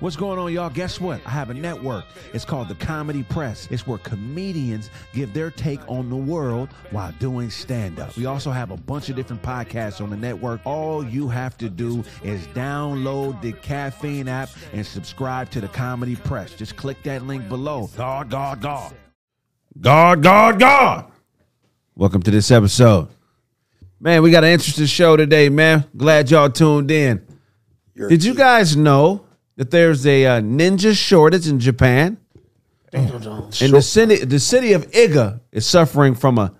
What's going on, y'all? Guess what? I have a network. It's called the Comedy Press. It's where comedians give their take on the world while doing stand up. We also have a bunch of different podcasts on the network. All you have to do is download the Caffeine app and subscribe to the Comedy Press. Just click that link below. God, God, God. God, God, God. Welcome to this episode. Man, we got an interesting show today, man. Glad y'all tuned in. Did you guys know that there's a uh, ninja shortage in Japan? And the city, the city of Iga is suffering from a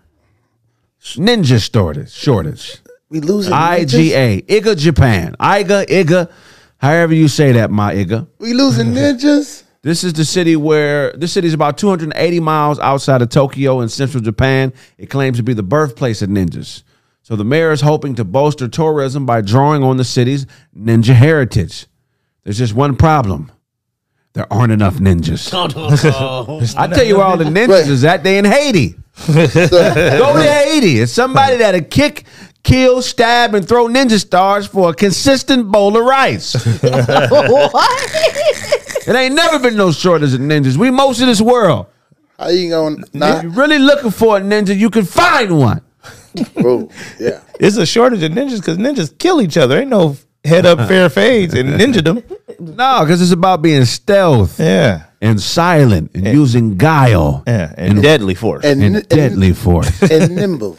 ninja shortage. Shortage. We losing ninjas. IGA. Iga Japan. Iga Iga. However you say that, my Iga. We losing ninjas. This is the city where this city is about 280 miles outside of Tokyo in central Japan. It claims to be the birthplace of ninjas. So the mayor is hoping to bolster tourism by drawing on the city's ninja heritage. There's just one problem. There aren't enough ninjas. I tell you where all the ninjas Right. is at. They in Haiti. Go to Haiti. It's somebody that'll kick, kill, stab, and throw ninja stars for a consistent bowl of rice. It ain't never been no shortage of ninjas. We most of this world. How you going? If Nah, you're really looking for a ninja, you can find one. bro. Yeah. It's a shortage of ninjas because ninjas kill each other. Ain't no head up fair fades and ninja them. No, because it's about being stealth Yeah. and silent and, using guile Yeah. And, deadly force. And, and and deadly force. and nimble.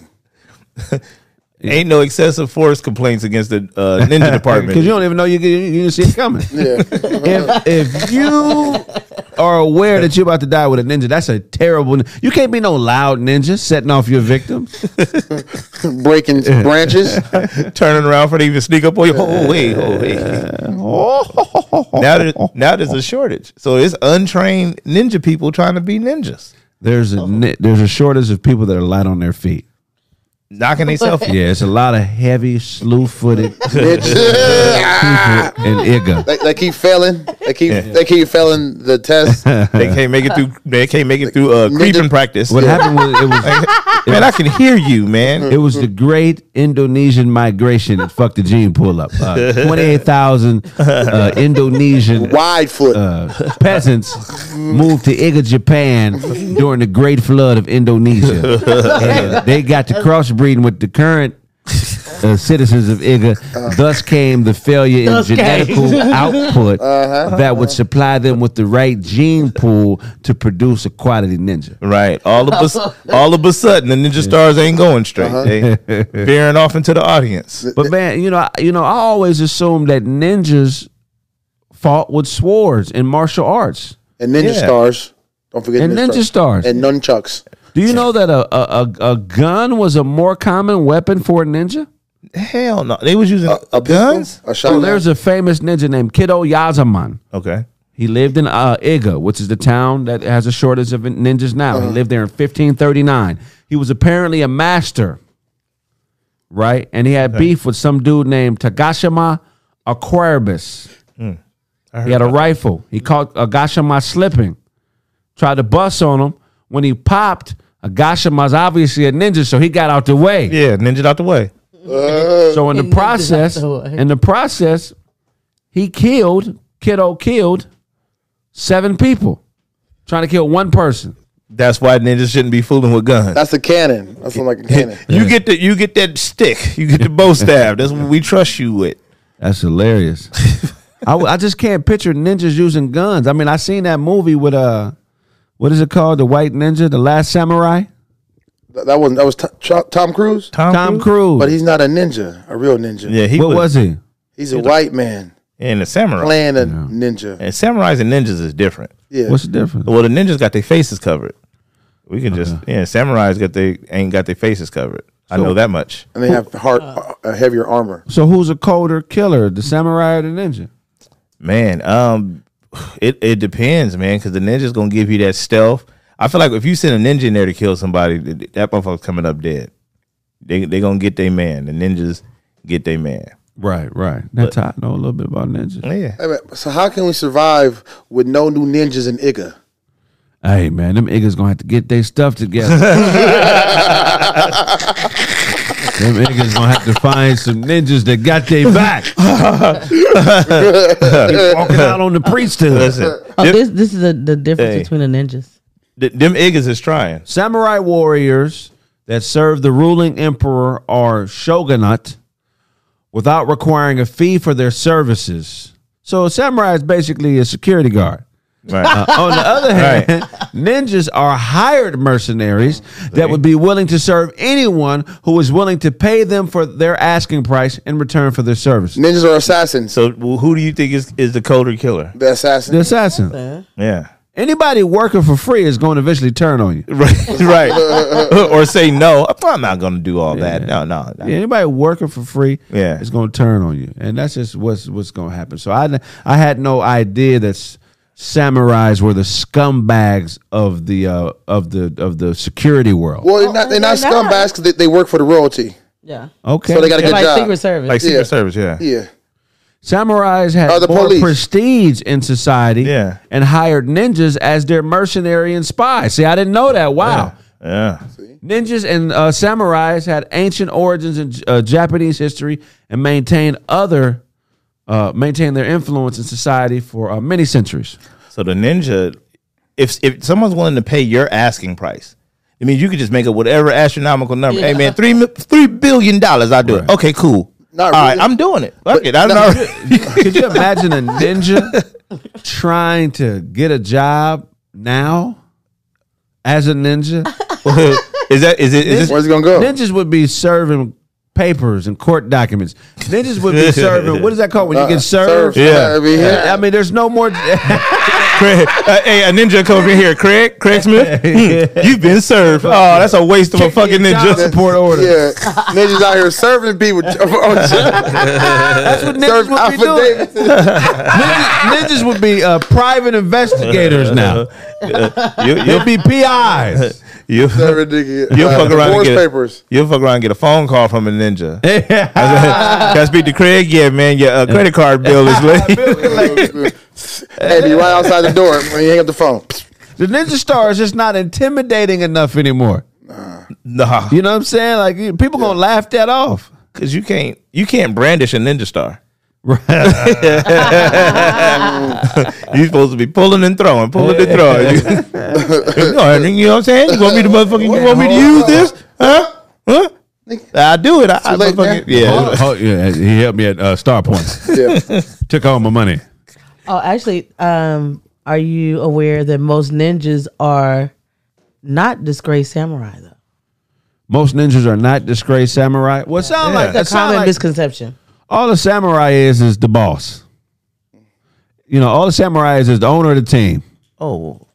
Ain't no excessive force complaints against the uh, ninja department. Because you don't even know you you, you didn't see it coming. Yeah. If if you are aware that you're about to die with a ninja, that's a terrible. You can't be no loud ninja setting off your victims. Breaking branches. turning around for them to even sneak up on you. Oh wait, oh wait. now, there's, now there's a shortage. So it's untrained ninja people trying to be ninjas, There's a ni- there's a shortage of people that are light on their feet. knocking themselves. Yeah, it's a lot of heavy, slew footed people Bitch. in Iga. they, they keep failing. They keep they keep failing the test. They can't make it through. They can't make it through uh, creeping practice. What happened was it was man, I can hear you, It man. was the great Indonesian migration that fucked the gene pull up. Uh, 28,000 uh, Indonesian Wide foot. uh, peasants moved to Iga, Japan during the great flood of Indonesia. And they got to crossbreeding with the current. Uh, citizens of Iga, thus came the failure in genetical output that would supply them with the right gene pool to produce a quality ninja. Right. All of us. All of a sudden, the ninja stars ain't going straight. They veering off into the audience. But man, you know, I, you know, I always assumed that ninjas fought with swords in martial arts and ninja yeah. stars. Don't forget and ninja stars. And nunchucks. Do you know that a, a a a gun was a more common weapon for a ninja? Hell no. They was using Uh, guns. A So shotgun. Oh, there's a famous ninja named Kiddo Yazaman. Okay. He lived in uh, Iga, which is the town that has a shortage of ninjas now. He lived there in 1539. He was apparently a master, right? And he had beef with some dude named Tagashima Aquarius. He had a rifle. He caught Agashima slipping, tried to bust on him. When he popped, Agashima's obviously a ninja, so he got out the way. Yeah, ninja out the way. So in the process, in the process, he killed kiddo killed seven people, trying to kill one person. That's why ninjas shouldn't be fooling with guns. That's a cannon. That's like a cannon. You get the you get that stick. You get the bow staff. That's what we trust you with. That's hilarious. I, w- I just can't picture ninjas using guns. I mean, I seen that movie with uh, what is it called? The White Ninja, The Last Samurai. That, that wasn't that was Tom, Tom Cruise, Tom Cruise. but he's not a ninja, a real ninja. Yeah, he what was he? he's a white man in the samurai. playing a ninja. And samurais and ninjas is different. Yeah, What's the difference? Well, the ninjas got their faces covered. We can just yeah, samurais got they ain't got their faces covered. I know that much. and they have hard, uh, uh, heavier armor. So who's a colder killer, the samurai or the ninja? Man, um, it it depends, man, because the ninja's gonna give you that stealth. I feel like if you send a ninja in there to kill somebody, th- th- that motherfucker's coming up dead. They they gonna get their man. The ninjas get their man. Right, right. That's how I know a little bit about ninjas. Yeah, Hey, man, So how can we survive with no new ninjas in Iga? Hey man, them niggas gonna have to get their stuff together. them niggas gonna have to find some ninjas that got their back. They walking out on the priesthood. listen, Oh, them, this this is the, the difference Hey. between the ninjas. th- them niggas is trying. Samurai warriors that serve the ruling emperor or shogunate without requiring a fee for their services. So a samurai is basically a security guard. Right. On the other hand, ninjas are hired mercenaries that would be willing to serve anyone who is willing to pay them for their asking price in return for their service. Ninjas are assassins. so wh- who do you think is is the colder killer? The The assassin. assassin. Yeah. Anybody working for free is going to eventually turn on you. Right, right. or say no. I'm not gonna do all that. No, no. no. Yeah, anybody working for free Yeah. is going to turn on you, and that's just what's what's going to happen. So I I had no idea that s- samurais were the scumbags of the uh, of the of the security world. Well, they're not, they're not Oh, They're not. scumbags because they, they work for the royalty. Yeah, Okay, So they got a They're good like job. Secret Service. Like Secret Yeah. Service, yeah. Yeah. samurais had Oh, the more police. prestige in society, Yeah. and hired ninjas as their mercenary and spies. See, I didn't know that. Wow. Yeah. Ninjas and uh, samurais had ancient origins in uh, Japanese history and maintained other uh, maintained their influence in society for uh, many centuries. So the ninja, if if someone's willing to pay your asking price, it means you could just make up whatever astronomical number. Hey man, three mi- three billion dollars, I do it. Okay, cool. All Not right, really. I'm doing it. Fuck But- it. I'm no. already- Could you imagine a ninja trying to get a job now as a ninja? is that is it is this Where's it gonna go? Ninjas would be serving papers and court documents. Ninjas would be serving. What is that called when you Uh, get served? serve. Yeah. I mean, I mean, there's no more. Craig? Uh, hey, a ninja come over here, Craig. Craig Smith. Hmm, You've been served. Oh, that's a waste of a fucking Child ninja. support order. Yeah, ninjas out here serving people. Oh, That's what ninjas Serve would be doing. affidavits. Ninjas, ninjas would be uh, private investigators now. You, They'll you'll be be PIs. you. Serving nigga, You'll uh, fuck around and divorce get papers. A, you'll fuck around and get a phone call from a ninja. Yeah. Can I speak to Craig? Yeah, man. Your uh, credit card bill is late. hey, be right outside the door when you hang up the phone. The ninja star is just not intimidating enough anymore. nah, You know what I'm saying? Like you- people gonna laugh that off. because you can't you can't brandish a ninja star. You're supposed to be pulling and throwing, pulling and throwing. no, you know what I'm saying? You want me to motherfucking? You want me to use this? Huh? Huh? I do it. I, I late now. motherfucking, yeah. Oh, yeah, he helped me at uh, Star Points. Yeah. Took all my money. Oh, actually, um, are you aware that most ninjas are not disgraced samurai though? Most ninjas are not disgraced samurai. Well, it sound like That's that a common sound like misconception. all the samurai is is the boss. You know, all the samurai is is the owner of the team. Oh.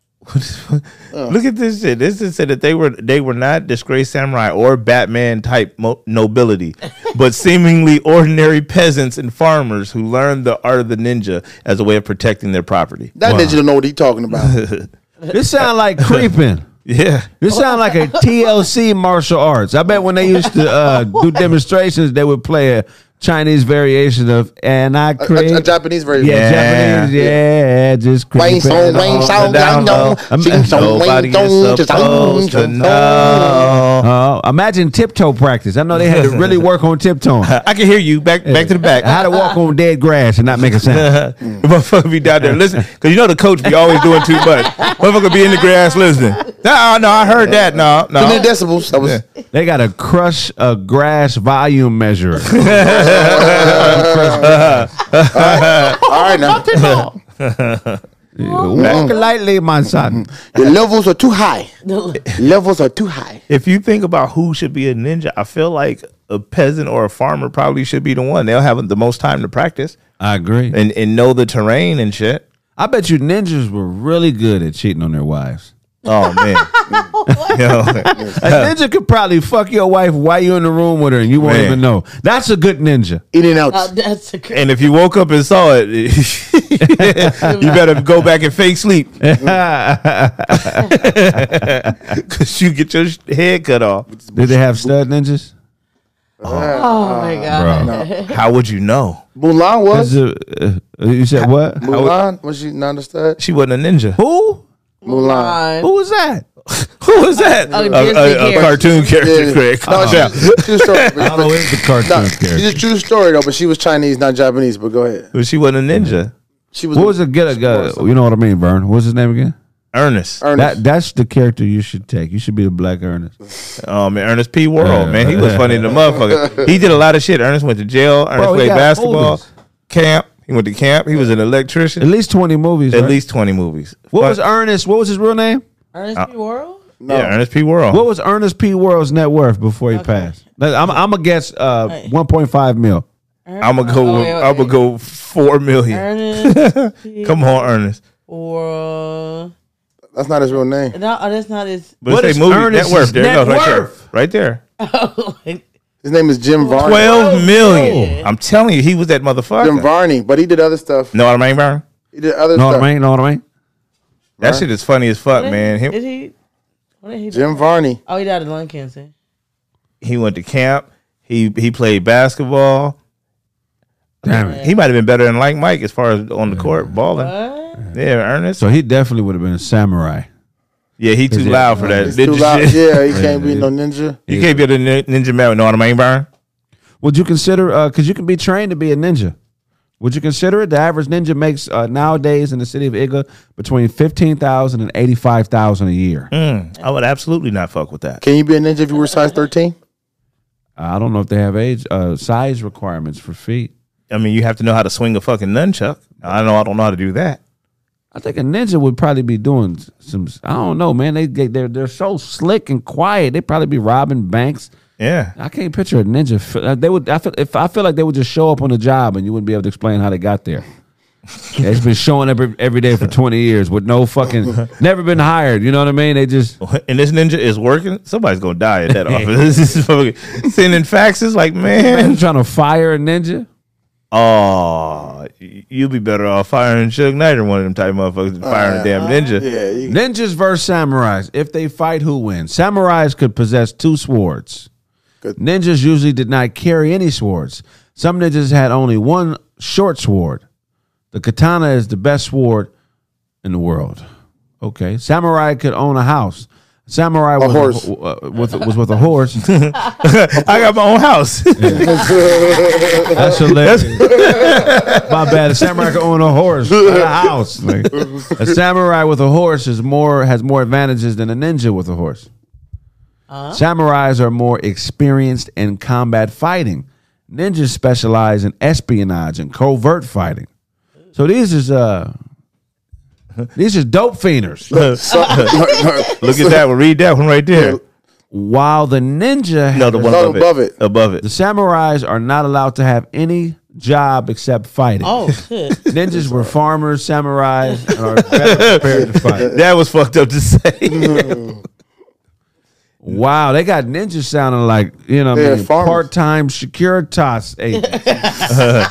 Look at this shit. This is said that they were they were not disgraced samurai or Batman type mo- nobility, but seemingly ordinary peasants and farmers who learned the art of the ninja as a way of protecting their property. That ninja don't know what he talking about. This sound like creeping. Yeah, This sound like a TLC martial arts. I bet when they used to uh, do demonstrations, they would play a Chinese variation of "And I A, Creep." a, a Japanese version. yeah, Yeah. Japanese, yeah, just creeping. Wayne Song, Wayne Down Song, I know. low. Sing Song, Nobody Wayne Song, is just Song, supposed to know. Uh, imagine tiptoe practice. I know they had to really work on tiptoeing. I can hear you. Back back to the back. How to walk on dead grass and not make a sound. Motherfucker be down there listening. Because you know the coach be always doing too much. Motherfucker be in the grass listening. No, no, I heard that. No, no. Too many decibels. I was. They got to crush a grass volume measure. All right now. Walk lightly, my son. The levels are too high. levels are too high. if you think about who should be a ninja, I feel like a peasant or a farmer probably should be the one. They'll have the most time to practice I agree. and, and know the terrain and shit. I bet you ninjas were really good at cheating on their wives. Oh man. Yo. A ninja could probably fuck your wife while you're in the room with her and you won't Man. even know. That's a good ninja. In and out. Oh, that's a good. And if you woke up and saw it, you better go back and fake sleep. Cause you get your sh- head cut off. Did they have stud ninjas? Oh my god. How would you know? Mulan Is was. it- uh, you said what? Mulan was she not a stud? She wasn't a ninja. Who? Mulan. Who was that? Who was that? A a, Disney a- a character. cartoon character, Yeah. Craig. No, Calm she- down. she- true story. but- Oh, it's the cartoon Nah, character. she's a true story though, but she was Chinese, not Japanese. But go ahead. But she wasn't a ninja. She was. What was it? Get a You know what I mean, Vern. What's his name again? Ernest. Ernest. That that's the character you should take. You should be the black Ernest. Oh man, Ernest P. World, man, he was funny to motherfucker. He did a lot of shit. Ernest went to jail. Ernest Bro, he played got basketball. movies. Camp. He went to camp. He was an At electrician. least twenty movies. At right? least twenty movies. What But- was Ernest? What was his real name? Uh, Ernest P. World. Yeah, Ernest P. World. What was Ernest P. World's net worth before he passed? Let- I'm I'm gonna guess uh, Hey. 1.5 mil. I'm gonna go. Oh, wait, wait, I'm gonna wait. go four million. Ernest Come on, Ernest. World. That's not his real name. No, oh, that's not his. But What what is is movie Ernest's net worth? There net it goes, right worth? there. Right there. Oh, His name is Jim Varney. Twelve million. I'm telling you, he was that Jim motherfucker. Varney, but he did other stuff. Know what I mean, Byron? He did other Know what stuff. I mean? Know what I mean? That shit is funny as fuck, man. Him- Did he? What did he? do? Jim Varney. Oh, he died of lung cancer. he went to camp. He he played basketball. Damn it. He might have been better than like Mike as far as on the court balling. Yeah, Ernest. So he definitely would have been a samurai. Yeah, he too loud for that. He's Ninja too loud. shit. Yeah, he can't be no ninja. You can't be the nin- ninja man. Know what I mean, Byron? Would you consider uh 'cause cause you can be trained to be a ninja. Would you consider it? The average ninja makes uh, nowadays in the city of Iga between fifteen thousand and eighty five thousand a year. Mm, I would absolutely not fuck with that. Can you be a ninja if you were size thirteen? I don't know if they have age uh, size requirements for feet. I mean, you have to know how to swing a fucking nunchuck. I know I don't know how to do that. I think a ninja would probably be doing s- some. I don't know, man. They they- they're they're so slick and quiet. They probably be robbing banks. Yeah. I can't picture a ninja. f- uh, They would. I feel if I feel like they would just show up on the job and you wouldn't be able to explain how they got there. it's been showing up ev- every day for twenty years with no fucking, never been hired. You know what I mean? They just And this ninja is working. Somebody's gonna die at that office. This is fucking sending faxes like, man, man, trying to fire a ninja. oh, y- you'd be better off firing Chuck Knight or one of them type motherfuckers than firing a damn ninja. Yeah, you, Ninjas versus samurais. If they fight, who wins? Samurais could possess two swords. Good. Ninjas usually did not carry any swords. Some ninjas had only one short sword. The katana is the best sword in the world. Okay. Samurai could own a house. Samurai was, horse. uh, with, was with a horse. I got my own house. That's hilarious. My bad. A samurai can own a horse, not a house. Like, a samurai with a horse is more has more advantages than a ninja with a horse. Samurais are more experienced in combat fighting. Ninjas specialize in espionage and covert fighting. So these is uh these is dope fienders. so, Look at that one. Read that one right there. While the ninja No, the one Not above, above it. it. Above it. the samurais are not allowed to have any job except fighting. Oh shit. Ninjas were farmers, samurais, and are better prepared to fight. That was fucked up to say. Wow, they got ninjas sounding like, you know, what I They're mean, farmers. part-time Securitas agents.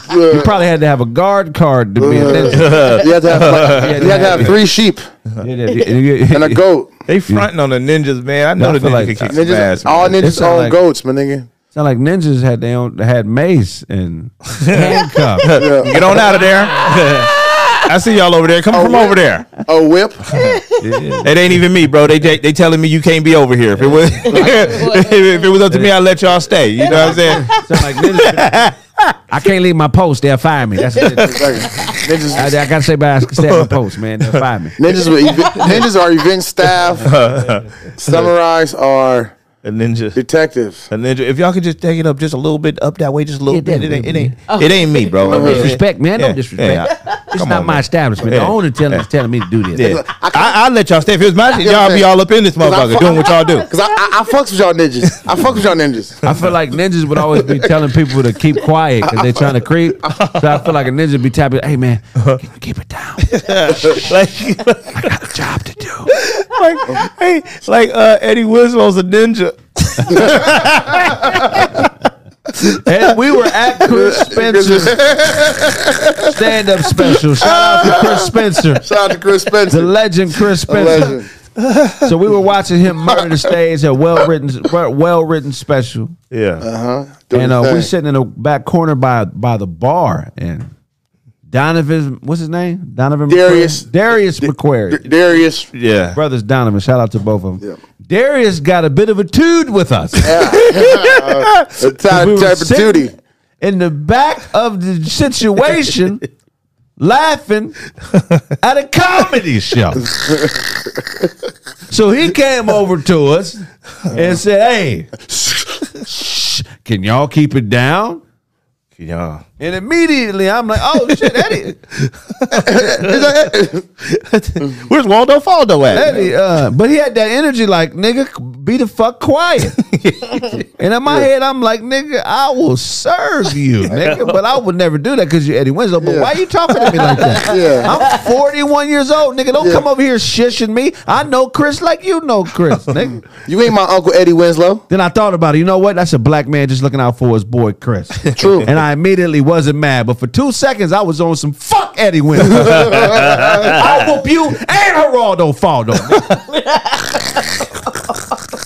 you probably had to have a guard card to be a ninja. you have to have, like, you have, to have yeah. three sheep and a goat. they fronting on the ninjas, man. I know I the feel ninja like- can kick some Ninjas, ass. all man. ninjas sound own like- goats, my nigga. Sound like ninjas had they own, had mace and handcuffs. Get on out of there. I see y'all over there. Come from over there. A whip. It ain't even me, bro. They, they they telling me you can't be over here. If it was if it was up to me, I'd let y'all stay. You know what I'm saying? Sound like ninjas. I can't leave my post; they'll fire me. That's a ninja. Exactly. Ninjas, I, I gotta say, by stay on post, man. They'll find me. ninjas, with ev- ninjas are event staff. Samurais are a ninja. detectives. A ninja. If y'all could just take it up just a little bit up that way, just a little Yeah, bit. It ain't, it definitely. ain't. It ain't me, bro. I mean, Disrespect, man. yeah, No disrespect. yeah. It's Come not on, my man. establishment. The Yeah. owner telling is telling me to do this. Yeah. I, I, will let y'all stay. If it was my shit, Yeah, y'all be man. all up in this motherfucker doing what y'all do. Cause I, I, I fucks with y'all ninjas. I fucks with y'all ninjas. I feel like ninjas would always be telling people to keep quiet because they're trying to creep. So I feel like a ninja be tapping, "Hey man, Uh-huh. keep- keep it down. like, I got a job to do." like, hey, like uh, Eddie Wiswell's a ninja. And we were at Chris Spencer's stand-up special. Shout out to Chris Spencer, Shout out to Chris the Spencer. legend, Chris The Spencer. legend. So we were watching him murder the stage a well-written, well-written special. Yeah. Doing and uh, his we're thing. sitting in the back corner by by the bar, and Donovan, what's his name? Donovan Darius. McQuarrie? Darius McQuarrie. D- Darius. Yeah. Brothers Donovan, shout out to both of them. Yeah. Darius got a bit of a dude with us The type, We were type of sitting duty. in the back of the situation, laughing at a comedy show. so he came over to us and said, "Hey, can y'all keep it down?" Yeah. And immediately I'm like, oh shit, Eddie, Where's Waldo Faldo at? Eddie. Uh, but he had that energy like, nigga, be the fuck quiet. and in my head, I'm like, nigga, I will serve you, nigga. But I would never do that because you're Eddie Winslow. But why you talking to me like that? Yeah. I'm 41 years old, nigga. Don't come over here shishing me. I know Chris like you know Chris, nigga. You ain't my uncle Eddie Winslow. Then I thought about it. You know what? That's a black man just looking out for his boy Chris. True. And I immediately wasn't mad, but for two seconds I was on some fuck Eddie Winslow. I'll whoop you and Geraldo Faldo.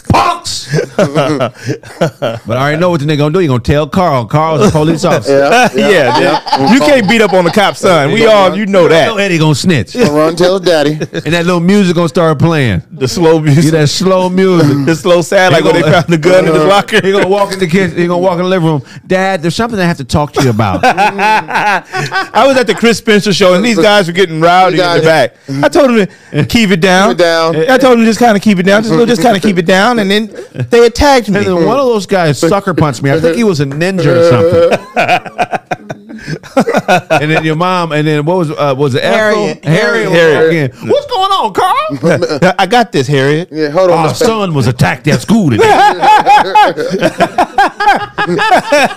Punks. but I already know what the nigga gonna do. He gonna tell Carl. Carl's a police officer. Yeah. Yeah, dude. you can't beat up on the cop son. We all, you know I know that. Eddie gonna snitch, and Run tell his daddy. that little music gonna start playing. The slow You music, that slow music. the slow sad, like when they found the gun in the locker. He gonna walk in the kitchen. He gonna walk in the living room. Dad, there's something I have to talk to you about. I was at the Chris Spencer show, and these guys were getting rowdy in the back. I told them to keep it down. Keep it down. I told them just kind of keep it down. Just, just kind of keep it down, and then they attacked me. And then one of those guys sucker punched me. I think he was a ninja or something. and then your mom, and then what was uh, was it Harriet. Ethel? Harriet. was Harriet. walking in. What's going on, Carl? I got this, Harriet. Yeah, hold on. Our Miss Fa- son was attacked at school today. He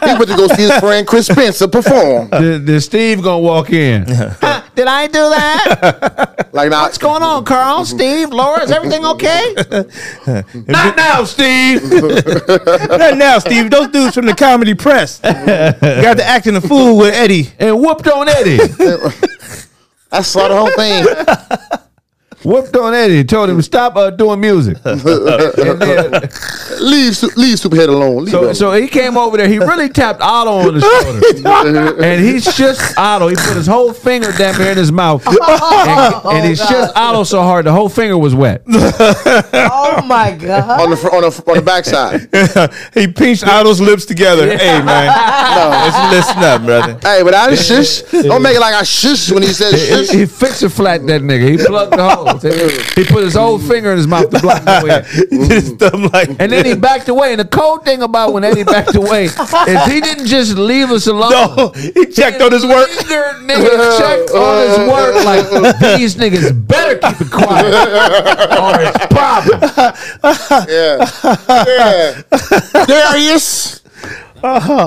went to go see his friend Chris Spencer perform. then, then Steve gonna walk in. Huh, did I do Oh, that? Like, nah, What's going on, Carl? Steve, Laura, is everything okay? Not now, Steve. Not now, Steve. Those dudes from the comedy press got to acting a fool with Eddie. And whooped on Eddie. I saw the whole thing. whooped on Eddie, told him stop uh, doing music. And then- leave, Su- leave Superhead alone. Leave so, him. so he came over there. He really tapped Otto on the shoulder, and he just Otto. He put his whole finger down there in his mouth, and, and he Oh, just Otto so hard the whole finger was wet. Oh my god. on the fr- on the on the backside. he pinched Otto's lips together. Hey, man. Let's listen up, brother. hey, but I didn't shush. Don't make it like I shush when he says He, shush. he fixed it flat that nigga. He plugged the hole. He put his whole finger in his mouth to block the wind. Just thumb like And then he backed away. And the cold thing about when Eddie backed away is he didn't just leave us alone. no, he checked on his work. Neither nigga checked on his work like these niggas better keep it quiet or it's problem. Yeah. yeah. Darius.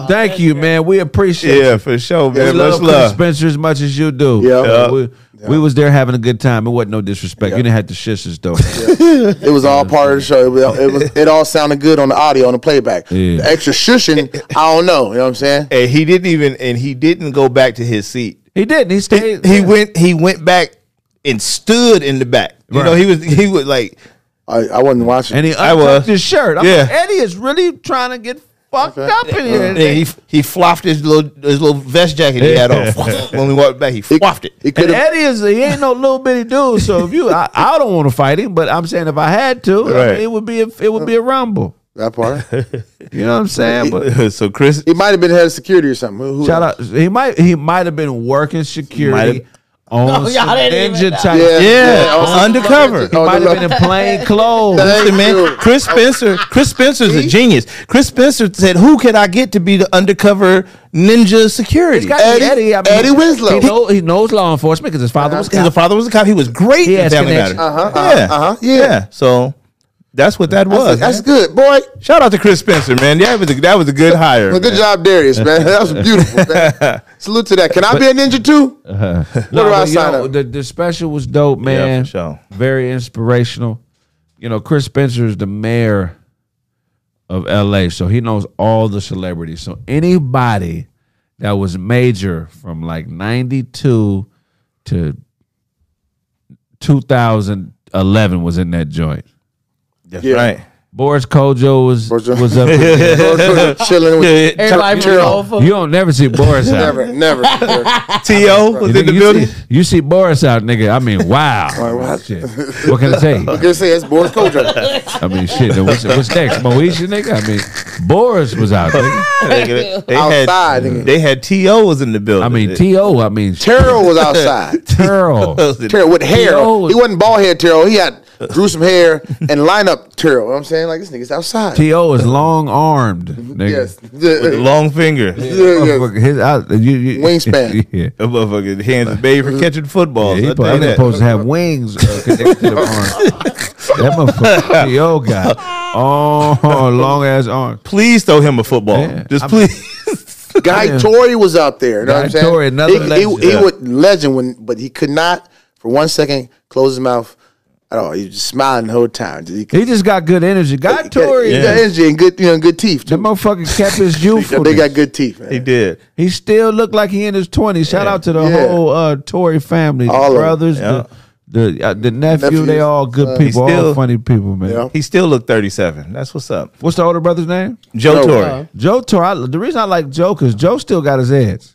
Thank you, man. We appreciate Yeah, for sure, it. man. We Much love, Chris love. Spencer as much as you do. Yeah. Uh, We, we was there having a good time. It wasn't no disrespect. You didn't have to shish us though. It was all part of the show. It, was, it, was, it all sounded good on the audio, on the playback. Yeah. The extra shushing, I don't know. You know what I'm saying? And he didn't even, and he didn't go back to his seat. He didn't. He stayed. He went, he went back and stood in the back. You know, Right. he was, he was like, I, I wasn't watching. and he I untucked was. his shirt. I'm Yeah. like, Eddie is really trying to get fucked up in here. yeah, he he flopped his little his little vest jacket he had on. when we walked back, he flopped it. he could And have. Eddie is he ain't no little bitty dude. So if you, I, I don't want to fight him, but I'm saying if I had to, I mean, Right. it would be a, it would be a rumble. That part. You know what I'm saying? But so Chris He might have been head of security or something. Who- who- shout out, he might he might have been working security Might have- on y'all some didn't even ninja know. type. Yeah. Yeah, Yeah, also- undercover. Oh, Might no. have been in plain clothes. Thank Listen, you. man, Chris Spencer. Chris Spencer's a genius. Chris Spencer said, "Who could I get to be the undercover ninja security?" It's gotta be Eddie- Eddie Winslow. He, know, he knows law enforcement because his father was. His cop. father was a cop. He was great He in has Family connections. Matters. Uh-huh, yeah. uh-huh, uh-huh, yeah. yeah, So that's what that was. That's, that's man. good, boy. Shout out to Chris Spencer, man. That was a, that was a good hire. Well, good man. job, Darius, man. That was beautiful. Man. Salute to that. Can I be a ninja too? No, What do I but, you sign know, up? The, the special was dope, Yeah, man. for sure. Very inspirational. You know, Chris Spencer is the mayor of LA, so he knows all the celebrities. So anybody that was major from like 92 to 2011 was in that joint. That's Yeah. right. Boris Kojo was Boris- was up. in there. Chilling with Everybody Cheryl. from you don't never see Boris out. never, never. never. T.O. was You, in the you building. see, you see Boris out, nigga. I mean, wow. Shit. What can I tell you? Good to say it's Boris Kojo. I mean, shit. then What's, what's next, Moesha, nigga? I mean, Boris was out, nigga. They, they Outside, had nigga. they had T.O. was in the building. I mean, They- T.O. I mean, Terrell was outside. Terrell. was in- Terrell with hair. Yo. He wasn't bald head Terrell. He had gruesome hair and lineup Terrell. You know what I'm saying? Like this nigga's outside. T.O. is long armed, nigga. yes. with the long finger. Yeah, yes. Motherfucker, His, I, you, you, Wingspan. Yeah. That motherfucker hands is made for catching Uh, Yeah, Oh, footballs. he I probably tell you ain't that. supposed to have wings uh, connected to the arm. That motherfucker, T.O. guy. Oh, long ass arm. please throw him a football. Yeah. Just I'm- please. Guy Torrey was out there. You know what I'm Guy saying? Torrey, another he, legend. He, he Yeah. was legend when, but he could not for one second close his mouth at all. He was just smiling the whole time. He, He just got good energy. Guy Tory, He yeah. got energy and good, you know, good teeth. that Too. motherfucker kept his youthfulness. They got good teeth. Man. he did. He still looked like he in his twenties. Shout out to the Yeah. whole uh, Tory family, All of the 'em. brothers, the the, uh, the nephew. Nephews, They all good uh, people, all still- funny people, man. Yeah. He still looked 37. That's what's up. What's the older brother's name? Joe Joe. uh, Torre. Joe Tory. I- The reason I like Joe because Joe still got his edge.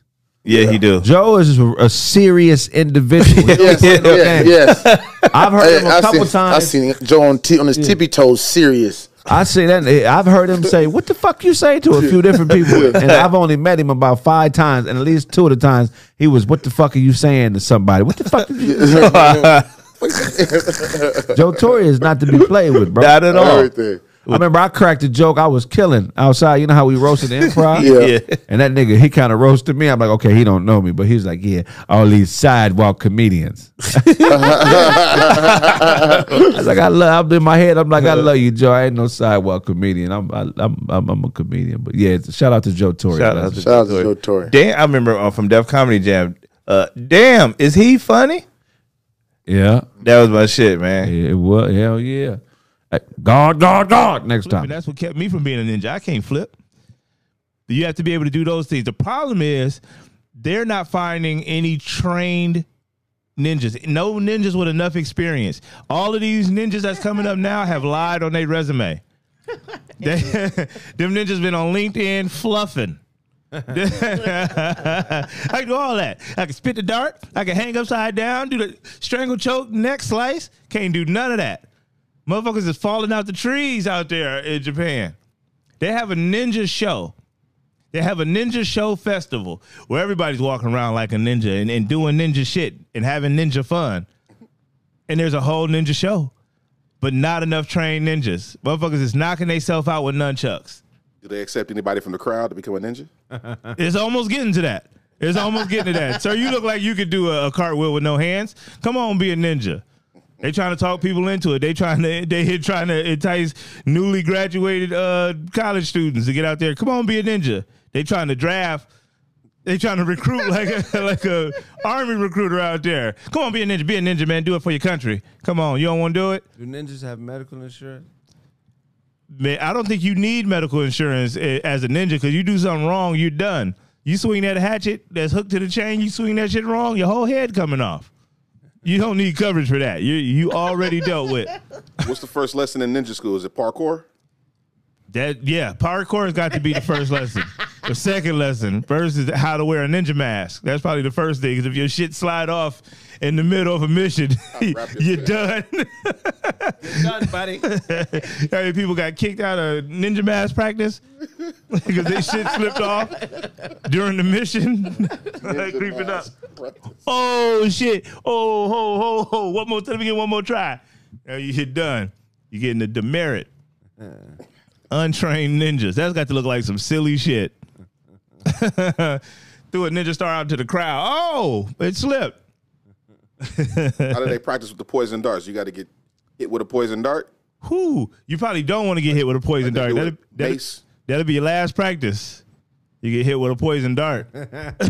Yeah, he do. Joe is a, a serious individual. Yes, Yeah, yeah, okay. yes. I've heard him a I, have couple seen, I times. seen Joe on, t- on his tippy toes, serious. I see that. I've heard him say, "What the fuck you say?" to a few different people, and I've only met him about five times, and at least two of the times he was, "What the fuck are you saying to somebody?" What the fuck? Did you Joe Torre is not to be played with, bro. Not at all. Everything. I remember I cracked a joke I was killing outside. You know how we roasted the improv? Yeah. Yeah. And that nigga, he kind of roasted me. I'm like, okay, he don't know me, but he's like, yeah, all these sidewalk comedians. I was like, I love. I'm in my head. I'm like, I love you, Joe. I ain't no sidewalk comedian. I'm I, I'm, I'm I'm a comedian. But yeah, shout out to Joe Torre. Shout out to Shout out to Joe Torrey. Damn, I remember uh, from Def Comedy Jam. Uh, damn, is he funny? yeah, That was my shit, man. yeah, well, hell yeah. Hey, God, God, God. Next flipping. time. That's what kept me from being a ninja. I can't flip. You have to be able to do those things. The problem is they're not finding any trained ninjas. No ninjas with enough experience. All of these ninjas that's coming up now have lied on their resume. They- them ninjas been on LinkedIn fluffing. I can do all that. I can spit the dart. I can hang upside down. Do the strangle choke, neck slice. Can't do none of that. Motherfuckers is falling out the trees out there in Japan. They have a ninja show. They have a ninja show festival where everybody's walking around like a ninja and, and doing ninja shit and having ninja fun. And there's a whole ninja show, but not enough trained ninjas. Motherfuckers is knocking themselves out with nunchucks. Do they accept anybody from the crowd to become a ninja? It's almost getting to that. It's almost getting to that. Sir, you look like you could do a, a cartwheel with no hands. Come on, be a ninja. They trying to talk people into it. They trying to they hit trying to entice newly graduated uh, college students to get out there. Come on, be a ninja. They trying to draft. They trying to recruit like a like a army recruiter out there. Come on, be a ninja. Be a ninja, man. Do it for your country. Come on, you don't want to do it. Do ninjas have medical insurance? Man, I don't think you need medical insurance eh, as a ninja because you do something wrong, you're done. You swing that hatchet that's hooked to the chain, you swing that shit wrong, your whole head coming off. You don't need coverage for that. You you already dealt with What's the first lesson in ninja school? Is it parkour? that. Yeah, parkour's got to be the first lesson. The second lesson, first is how to wear a ninja mask. That's probably the first thing. Because if your shit slide off in the middle of a mission, wrap your you're shit. done. Done, buddy. How many people got kicked out of ninja mask practice because they shit slipped off during the mission? like, creeping up. Oh shit! Oh ho ho ho! One more. Let me get one more try. Now you- you're done. You're getting a demerit. Untrained ninjas. That's got to look like some silly shit. Threw a ninja star out to the crowd. Oh, it slipped. How do they practice with the poison darts? You got to get hit with a poison dart. Whew. You probably don't want to get hit with a poison Like dart. they do That'll, with that'll, mace. that'll be your last practice. You get hit with a poison dart.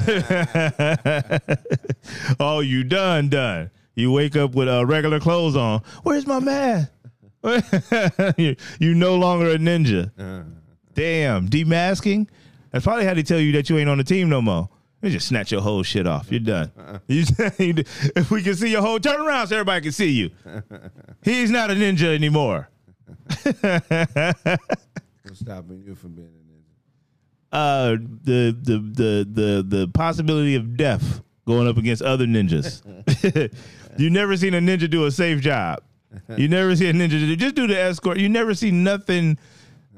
oh, you done, done. You wake up with uh, regular clothes on. Where's my mask? you, you no longer a ninja. Damn, demasking? That's probably how they tell you that you ain't on the team no more. They just snatch your whole shit off. You're done. You, if we can see your whole turn around so everybody can see you. He's not a ninja anymore. What's stopping you from being a uh, the the the the the possibility of death going up against other ninjas. you never seen a ninja do a safe job. You never see a ninja do, just do the escort. You never see nothing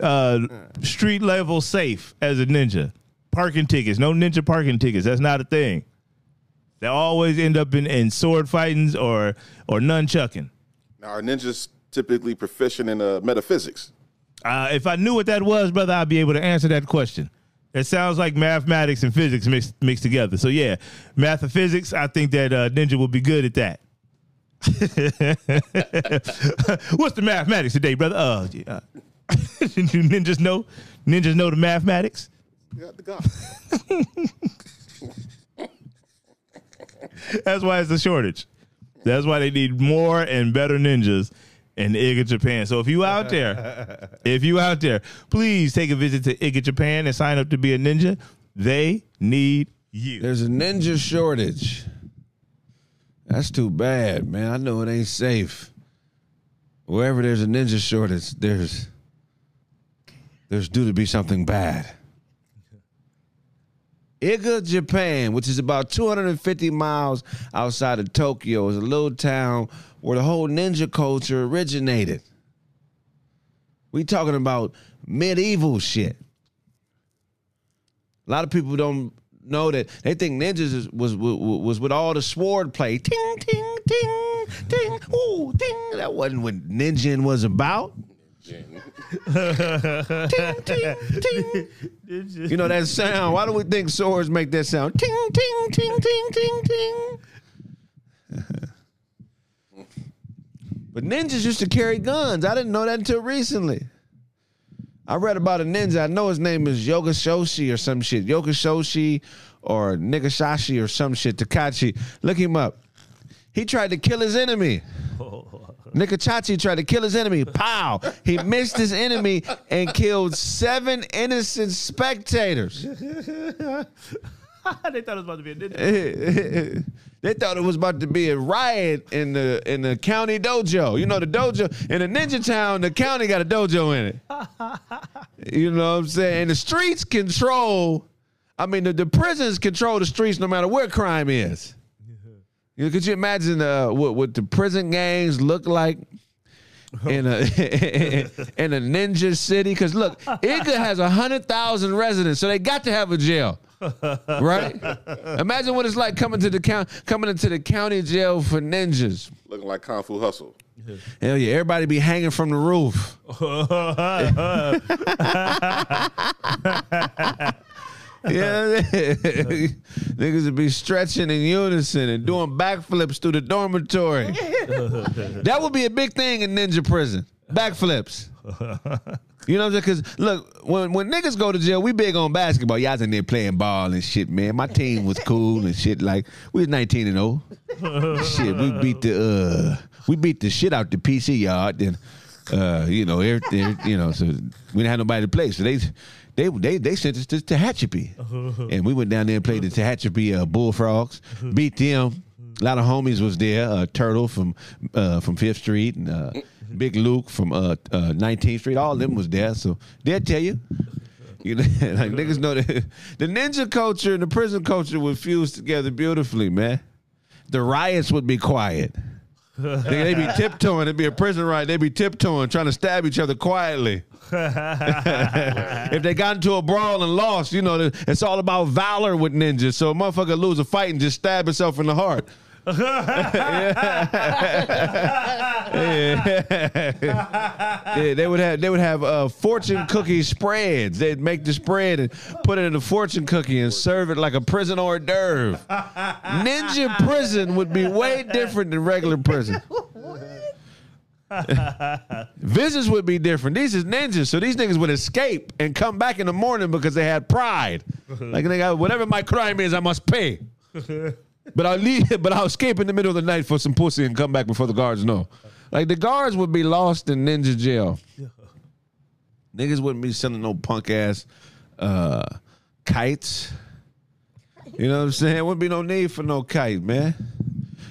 uh, street level safe as a ninja. Parking tickets, no ninja parking tickets. That's not a thing. They always end up in, in sword fightings or or nunchucking. Now, are ninjas typically proficient in uh, metaphysics? Uh, if I knew what that was, brother, I'd be able to answer that question. It sounds like mathematics and physics mixed mixed together. So yeah, math and physics. I think that uh, Ninja will be good at that. What's the mathematics today, brother? Uh, yeah. uh, do ninjas know? Ninjas know the mathematics. You got the god. That's why it's a shortage. That's why they need more and better ninjas in Iga Japan. So if you out there, if you out there, please take a visit to Iga Japan and sign up to be a ninja. They need you. There's a ninja shortage. That's too bad, man. I know it ain't safe. Wherever there's a ninja shortage, there's there's due to be something bad. Iga, Japan, which is about 250 miles outside of Tokyo, is a little town where the whole ninja culture originated. We talking about medieval shit. A lot of people don't know that they think ninjas is, was, was was with all the sword play. Ting ting ting ting. Ooh ting. That wasn't what ninjin was about. ting ting ting. You know that sound. Why do we think swords make that sound? Ting ting ting ting ting ting. but ninjas used to carry guns. I didn't know that until recently. I read about a ninja. I know his name is Yoga Shoshi or some shit. Yoga Shoshi or Nigashashi or some shit. Takachi. Look him up. He tried to kill his enemy. Nikachachi tried to kill his enemy. Pow! He missed his enemy and killed seven innocent spectators. they thought it was about to be a ninja. they thought it was about to be a riot in the in the county dojo. You know the dojo in the ninja town. The county got a dojo in it. you know what I'm saying? And the streets control. I mean, the, the prisons control the streets no matter where crime is. You know, could you imagine uh, what what the prison gangs look like? In a in a ninja city, because look, Iga has a hundred thousand residents, so they got to have a jail right? Imagine what it's like coming to the county, coming into the county jail for ninjas. Looking like Kung Fu Hustle. Hell yeah, everybody be hanging from the roof. Yeah, niggas would be stretching in unison and doing backflips through the dormitory. that would be a big thing in ninja prison. Backflips. You know what I'm saying? Cause look, when when niggas go to jail, we big on basketball. Y'all was in there playing ball and shit, man. My team was cool and shit. Like we was 19 and oh. 0. shit, we beat the uh, we beat the shit out the PC yard. Then uh, you know everything, you know. So we didn't have nobody to play. So they they they they sent us to Tehachapi, and we went down there and played the Tehachapi uh, Bullfrogs. Beat them. A lot of homies was there. Uh, Turtle from uh, from Fifth Street and uh, Big Luke from uh, uh, 19th Street. All of them was there. So they'll tell you. You know, like niggas know that the ninja culture and the prison culture would fuse together beautifully, man. The riots would be quiet. Nigga, they be tiptoeing. It'd be a prison riot. They'd be tiptoeing, trying to stab each other quietly. if they got into a brawl and lost, you know, it's all about valor with ninjas. So a motherfucker lose a fight and just stab himself in the heart. Yeah, they would have they would have uh, fortune cookie spreads. They'd make the spread and put it in a fortune cookie and serve it like a prison hors d'oeuvre. Ninja prison would be way different than regular prison. Visits would be different. These is ninjas, so these niggas would escape and come back in the morning because they had pride. Like nigga, whatever my crime is, I must pay. But I'll leave. But I'll escape in the middle of the night for some pussy and come back before the guards know. Like the guards would be lost in ninja jail. Niggas wouldn't be selling no punk ass uh, kites. You know what I'm saying? Wouldn't be no need for no kite, man.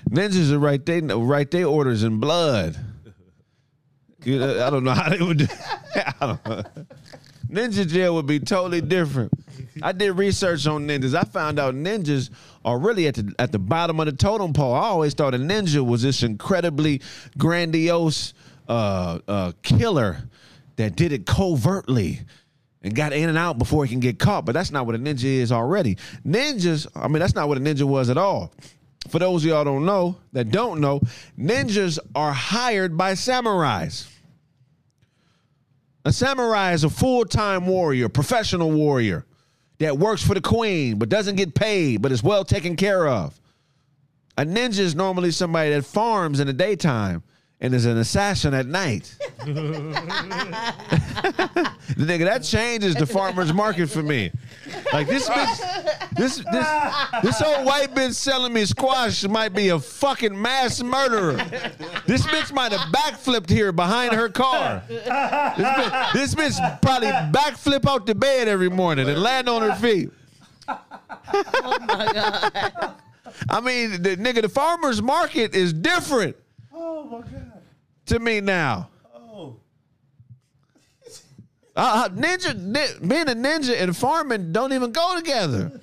Ninjas are right. They right. They orders in blood. You know, I don't know how they would. Do, I don't know. Ninja jail would be totally different. I did research on ninjas. I found out ninjas are really at the at the bottom of the totem pole. I always thought a ninja was this incredibly grandiose uh, uh, killer that did it covertly and got in and out before he can get caught. But that's not what a ninja is already. Ninjas, I mean, that's not what a ninja was at all. For those of y'all don't know that don't know, ninjas are hired by samurais. A samurai is a full time warrior, professional warrior that works for the queen but doesn't get paid but is well taken care of. A ninja is normally somebody that farms in the daytime and is an assassin at night. The nigga, that changes the farmer's market for me. Like this bitch, this this this old white bitch selling me squash might be a fucking mass murderer. This bitch might have backflipped here behind her car. This bitch, this bitch probably backflip out the bed every morning and land on her feet. I mean, the nigga, the farmer's market is different. Oh my god. Oh. To me now. Uh, uh, ninja, ni- being a ninja and farming don't even go together.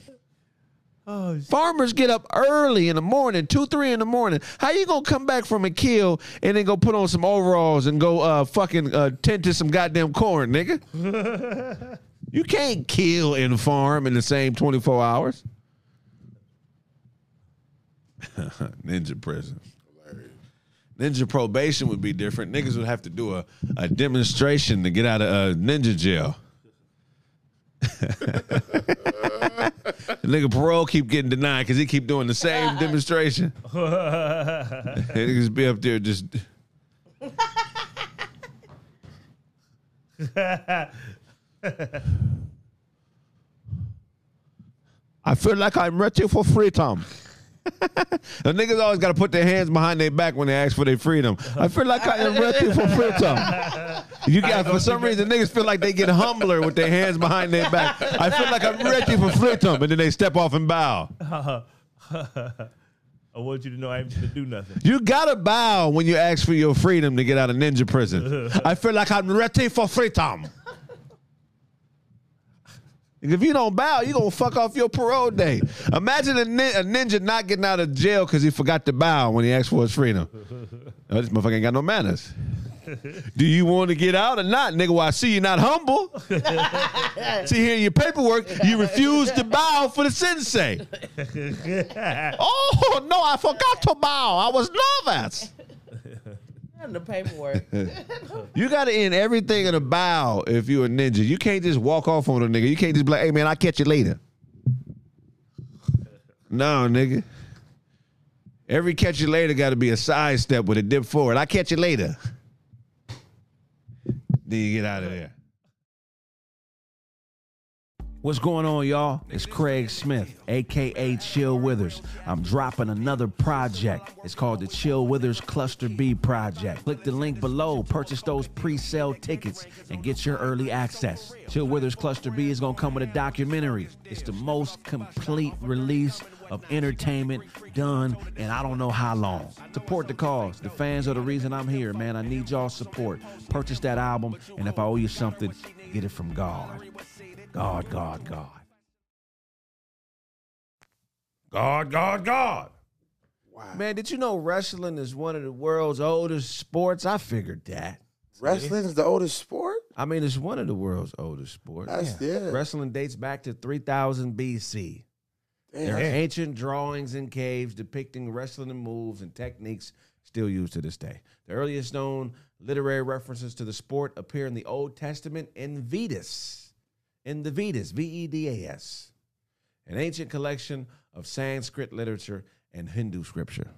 Oh, Farmers get up early in the morning, two, three in the morning. How you gonna come back from a kill and then go put on some overalls and go uh fucking uh, tend to some goddamn corn, nigga? you can't kill and farm in the same twenty four hours. Ninja prison. Ninja probation would be different. Niggas would have to do a, a demonstration to get out of uh, ninja jail. The nigga parole keep getting denied because he keep doing the same demonstration. Niggas be up there just. I feel like I'm ready for freedom. The niggas always got to put their hands behind their back when they ask for their freedom. I feel like I am ready for freedom. You got for some reason niggas feel like they get humbler with their hands behind their back. I feel like I'm ready for freedom, and then they step off and bow. I want you to know I ain't gonna do nothing. You gotta bow when you ask for your freedom to get out of ninja prison. I feel like I'm ready for freedom. If you don't bow, you gonna fuck off your parole day. Imagine a, nin- a ninja not getting out of jail because he forgot to bow when he asked for his freedom. Oh, this motherfucker ain't got no manners. Do you want to get out or not, nigga? Well, I see you not humble. see here in your paperwork, you refuse to bow for the sensei. oh no, I forgot to bow. I was nervous. And the paperwork. You gotta end everything in a bow if you're a ninja. You can't just walk off on a nigga. You can't just be like, hey man, I'll catch you later. No, nigga. Every catch you later gotta be a sidestep with a dip forward. I catch you later. Then you get out of there. What's going on, y'all? It's Craig Smith, aka Chill Withers. I'm dropping another project. It's called the Chill Withers Cluster B Project. Click the link below, purchase those pre sale tickets, and get your early access. Chill Withers Cluster B is going to come with a documentary. It's the most complete release of entertainment done in I don't know how long. Support the cause. The fans are the reason I'm here, man. I need y'all support. Purchase that album, and if I owe you something, get it from God. God, God, God. God, God, God. Man, did you know wrestling is one of the world's oldest sports? I figured that. Wrestling is the oldest sport. I mean, it's one of the world's oldest sports. That's yeah. Wrestling dates back to 3000 BC. There are Damn. ancient drawings in caves depicting wrestling moves and techniques still used to this day. The earliest known literary references to the sport appear in the Old Testament in Vedas, in the Vedas, V E D A S, an ancient collection of Sanskrit literature and Hindu scripture.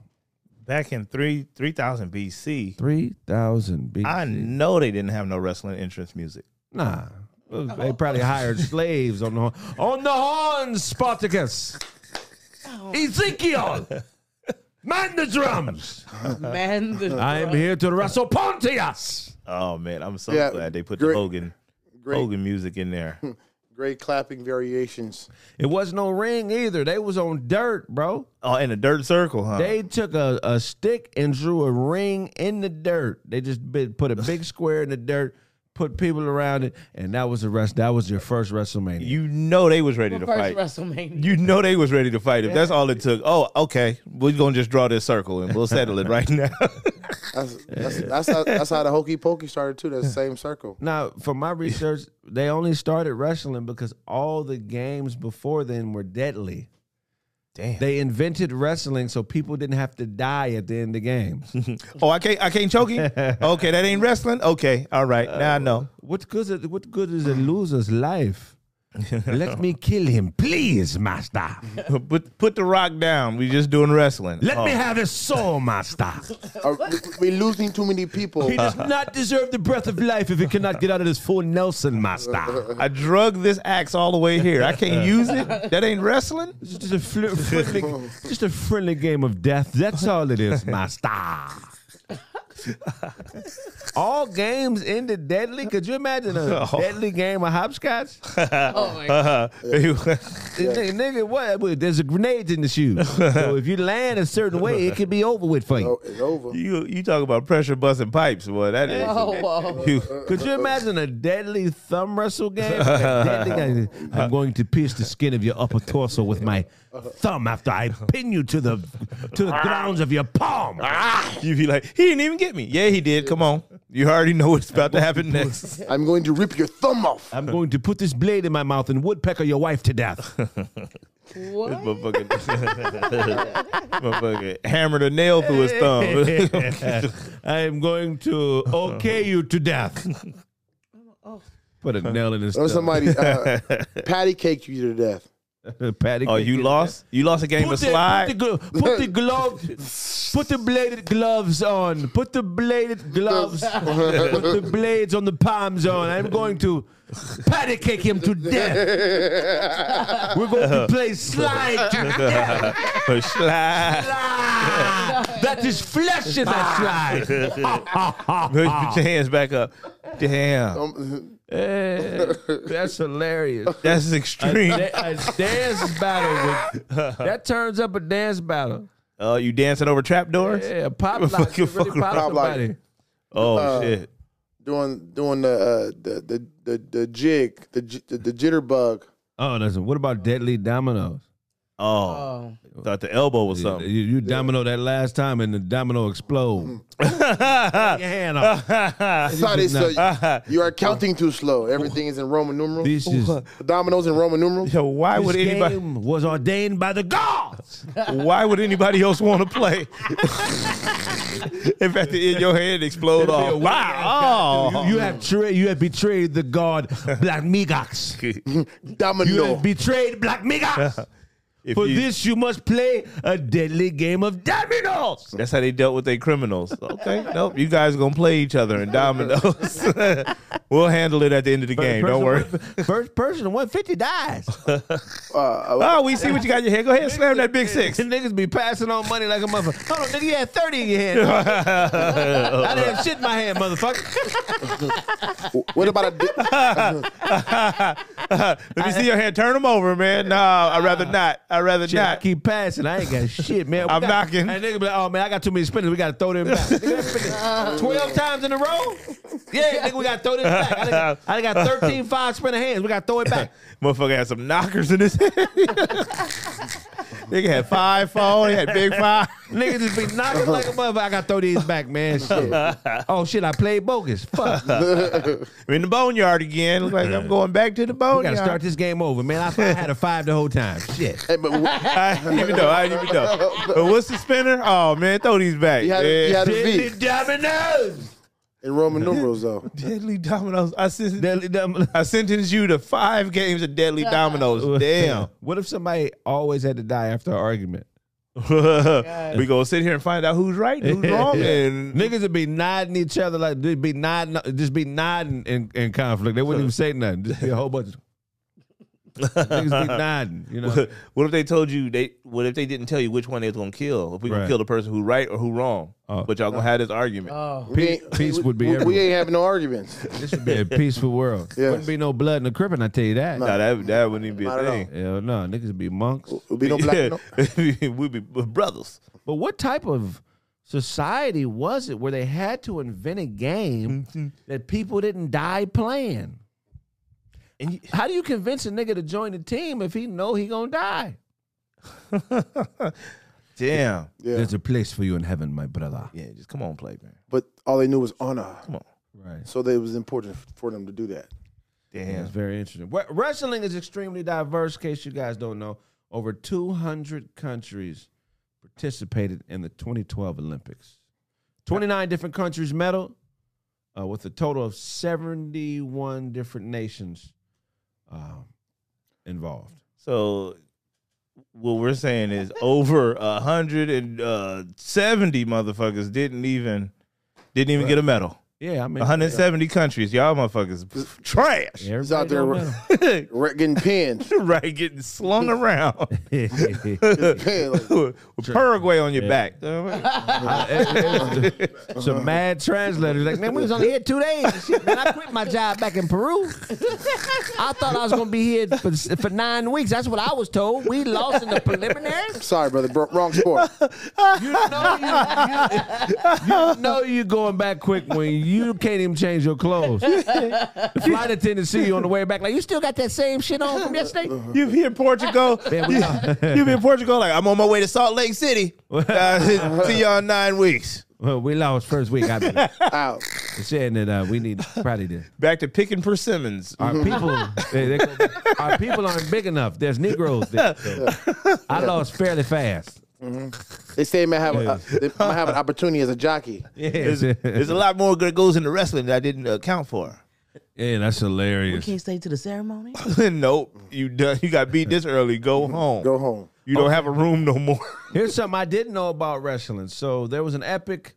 Back in three three thousand BC, 3000 BC. I know they didn't have no wrestling entrance music. Nah. They probably hired slaves on the on the horn, Spartacus. Ezekiel, man the drums. Man, the I am here to wrestle Pontius. Oh man, I'm so Yeah, glad they put the great- Hogan great. Hogan music in there. Great clapping variations. It was no ring either. They was on dirt, bro. Oh, in a dirt circle, huh? They took a, a stick and drew a ring in the dirt. They just bit, put a big square in the dirt, put people around it, and that was the rest. That was your first WrestleMania. you know they was ready to first fight. WrestleMania. You know they was ready to fight. If that's all it took, oh, okay, we're gonna just draw this circle and we'll settle it right now. That's that's, that's, how, that's how the hokey pokey started too. That's the same circle. Now, from my research, they only started wrestling because all the games before then were deadly. Damn. They invented wrestling so people didn't have to die at the end of games. oh, I can't, I can't choke him. Okay, that ain't wrestling. Okay, all right, now I know. what good is what good is a loser's life? Let me kill him, please, master. Put put the rock down. We just doing wrestling. Let Oh, me have his soul, master. Are we, we losing too many people. He does not deserve the breath of life if he cannot get out of this full Nelson, master. I drug this axe all the way here. I can't use it. That ain't wrestling. It's just a fl- friendly, just a friendly game of death. That's all it is, master. all games ended deadly. Could you imagine a Oh. Uh-huh. deadly game of hopscotch? Nigga, nigga, what? Well, There's a grenade in the shoe. so if you land a certain way, it could be over with for Oh, you. it's over. you you talk about pressure busting pipes, boy. That is. You- Could you imagine a deadly thumb wrestle game? A deadly game? I'm going to pierce the skin of your upper torso with my thumb after I pin you to the to the grounds of your palm. You be like, he didn't even get me. Yeah, he did. Come on. You already know what's about to happen next. I'm going to rip your thumb off. I'm going to put this blade in my mouth and woodpecker your wife to death. motherfucker, motherfucker hammered a nail through his thumb. I am going to okay you to death. Put a nail in his Or thumb. somebody uh, patty caked you to death. Patty oh, cake you to lost? You lost a game Put of the, slide? put, the, glo- put the gloves, put the bladed gloves on. Put the bladed gloves, put the blades on the palms on. I'm going to patty cake him to death. We're going to play slide to death. slide. Ah, that is flesh in that slide. Put your hands back up. Damn. Um, Eh, that's hilarious. That's extreme. Da- a dance battle. With, that turns up a dance battle. Oh, you dancing over trap doors? Yeah, pop Fucking lock. You really fucking pop pop lock. somebody. Oh, shit. doing doing the, uh, the the the the jig the j- the, the jitterbug. Oh, listen. What about deadly dominoes? Oh, Oh, thought the elbow was You, something. you domino that last time, and the domino explode. Mm. Take your hand off. That's how they say you are counting too slow. Everything is in Roman numerals. This is The dominoes in Roman numerals. Yo, why this would anybody? game was ordained by the gods. Why would anybody else want to play? if at the end your head explode off, wow! Oh. You, you Mm. have tra- you have betrayed the god Black Migox. You Domino. have betrayed Black Migox. If For you- this, you must play a deadly game of dominoes. That's how they dealt with their criminals. Okay, nope. You guys gonna play each other in dominoes. we'll handle it at the end of the game. Don't worry. First person 150 dies. Uh, Oh, we see what you got in your head. Go ahead, slam that big six. These niggas be passing on money like a motherfucker. Hold on, nigga, you had 30 in your hand. I didn't have shit in my hand, motherfucker. Ah. What about a di- Let me see your hand. Turn them over, man. No, I'd rather not. I'd rather Ah. Shit, I not. keep passing. I ain't got shit, man. I'm We got- knocking. And nigga be like, oh man, I got too many spinners. We gotta throw them back. Nigga, I spin it Twelve times in a row. Yeah, nigga, we gotta throw this back. I done, I done got 13 five spinner hands. We gotta throw it back. Motherfucker had some knockers in his head. Nigga had five phone. He had big five. Nigga just be knocking like a motherfucker. I gotta throw these back, man. Shit. Oh shit, I played bogus. Fuck. We're in the boneyard again. Look like I'm going back to the We gotta boneyard. start this game over, man. I, thought I had a five the whole time. Shit. Hey, but wh- I didn't even know. I didn't even know. But what's the spinner? Oh man, throw these back. he had, a, he Yeah. had a V Dominoes. in Roman numerals though. Deadly dominoes. I sent I sentenced you to five games of deadly dominoes. Damn. What if somebody always had to die after an argument? we gonna sit here and find out who's right, and who's wrong, and Niggas would be nodding each other like they'd be nodding, just be nodding in, in conflict. They wouldn't even say nothing. Just be a whole bunch. Of, niggas be nodding, you know. what if they told you they? What if they didn't tell you which one they was gonna kill? If we gonna Right. kill the person who right or who wrong? Oh. But y'all gonna have this argument. We ain't- peace we- would be we- We everywhere. ain't having no arguments. This would be a peaceful world. Yes. Wouldn't be no blood in the crib, and I tell you that. nah, that that wouldn't even be Not a at all. thing. Hell no, niggas would be monks. We'll be no black. Yeah. No. We'd be brothers. But what type of society was it where they had to invent a Mm-hmm. game that people didn't die playing? And you, How do you convince a nigga to join the team if he know he gonna die? damn. Yeah. a place for you in heaven, my brother. Yeah, just come on, play, man. But all they knew was honor. Right. So that it was important for them to do that. Yeah, Damn. it's very interesting. Wre- Wrestling is extremely diverse. In case you guys don't know, over 200 countries participated in the 2012 Olympics. 29 different countries medal, uh, with a total of 71 different nations um, involved. So what we're saying is over a hundred and uh, seventy motherfuckers didn't even didn't even get a medal. Yeah, I mean, One hundred seventy countries, y'all motherfuckers trash. everybody He's out there got a Re- getting pinned. right, getting slung around. medal. Pinned, like, With Paraguay on your back. Some mad translators like, man, we was only here two days. and shit, Man, I quit my job back in Peru. I thought I was gonna be here for, for nine weeks. That's what I was told. We lost in the preliminaries. Sorry, brother. Bro- wrong sport. No, you going back quick when you can't even change your clothes. the flight attendant see you on the way back like, you still got that same shit on from yesterday. you be in Portugal. you be in Portugal like I'm on my way to Salt Lake City. Uh, see y'all in nine weeks. Well, we lost first week. I mean, Out. saying that uh, we need probably to Back to picking persimmons. Our people, they, they go, our people aren't big enough. There's Negroes. There, so I lost fairly fast. They say they might have, a, they might have an opportunity as a jockey. Yeah, There's, there's a lot more that goes into wrestling that I didn't account for. yeah that's hilarious. Can't stay to the ceremony. nope, you done. You got beat this early. Go home. Go home. You don't have a room no more. Here's something I didn't know about wrestling. So there was an epic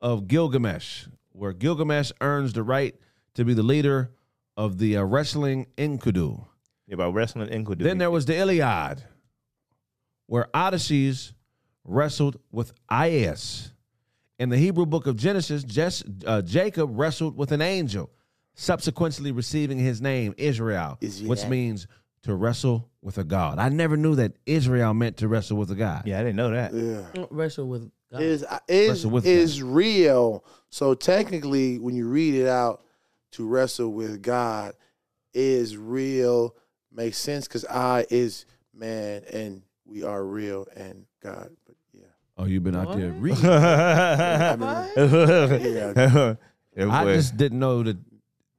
of Gilgamesh, where Gilgamesh earns the right to be the leader of the uh, wrestling Enkidu. yeah, by wrestling ankle. Then there was the Iliad, where Odysseus wrestled with Ias. In the Hebrew book of Genesis, Jes- uh, Jacob wrestled with an angel, subsequently receiving his name Israel, which means to wrestle with a god. I never knew that Israel meant to wrestle with a god. Yeah, I didn't know that. Yeah. Wrestle with God. Is is Wrestle with is real. So technically, when you read it out, to wrestle with God is real. Makes sense because I is man and we are real and God. But yeah, Oh, you've been out there reading. I mean, It I was- just didn't know that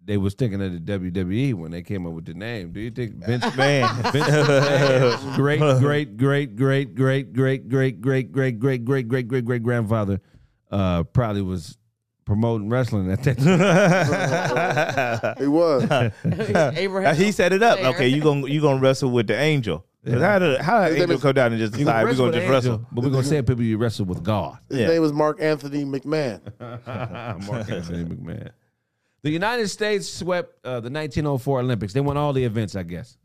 they was thinking of the WWE when they came up with the name. Do you think Vince man. Vince great, great, great, great, great, great, great, great, great, great, great, great, great, great grandfather uh, probably was promoting wrestling at that time. it was. Abraham. he set it up. There. Okay, you gonna you gonna wrestle with the angel. 'Cause How did how did angel come down and just decide we're gonna just wrestle? But we're gonna say people you wrestle with God. His Yeah. name was Mark Anthony McMahon. Mark Anthony McMahon. The United States swept uh, the 1904 Olympics. They won all the events, I guess.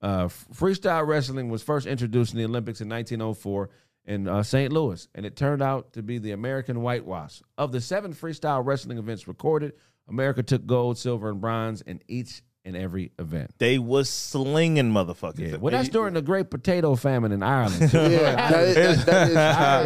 Uh, f- freestyle wrestling was first introduced in the Olympics in 1904 in uh, St. Louis, and it turned out to be the American whitewash. Of the seven freestyle wrestling events recorded, America took gold, silver, and bronze in each in every event. They was slinging motherfuckers. Yeah. Well, that's during the Great Potato Famine in Ireland. too. Yeah, that is, that, that is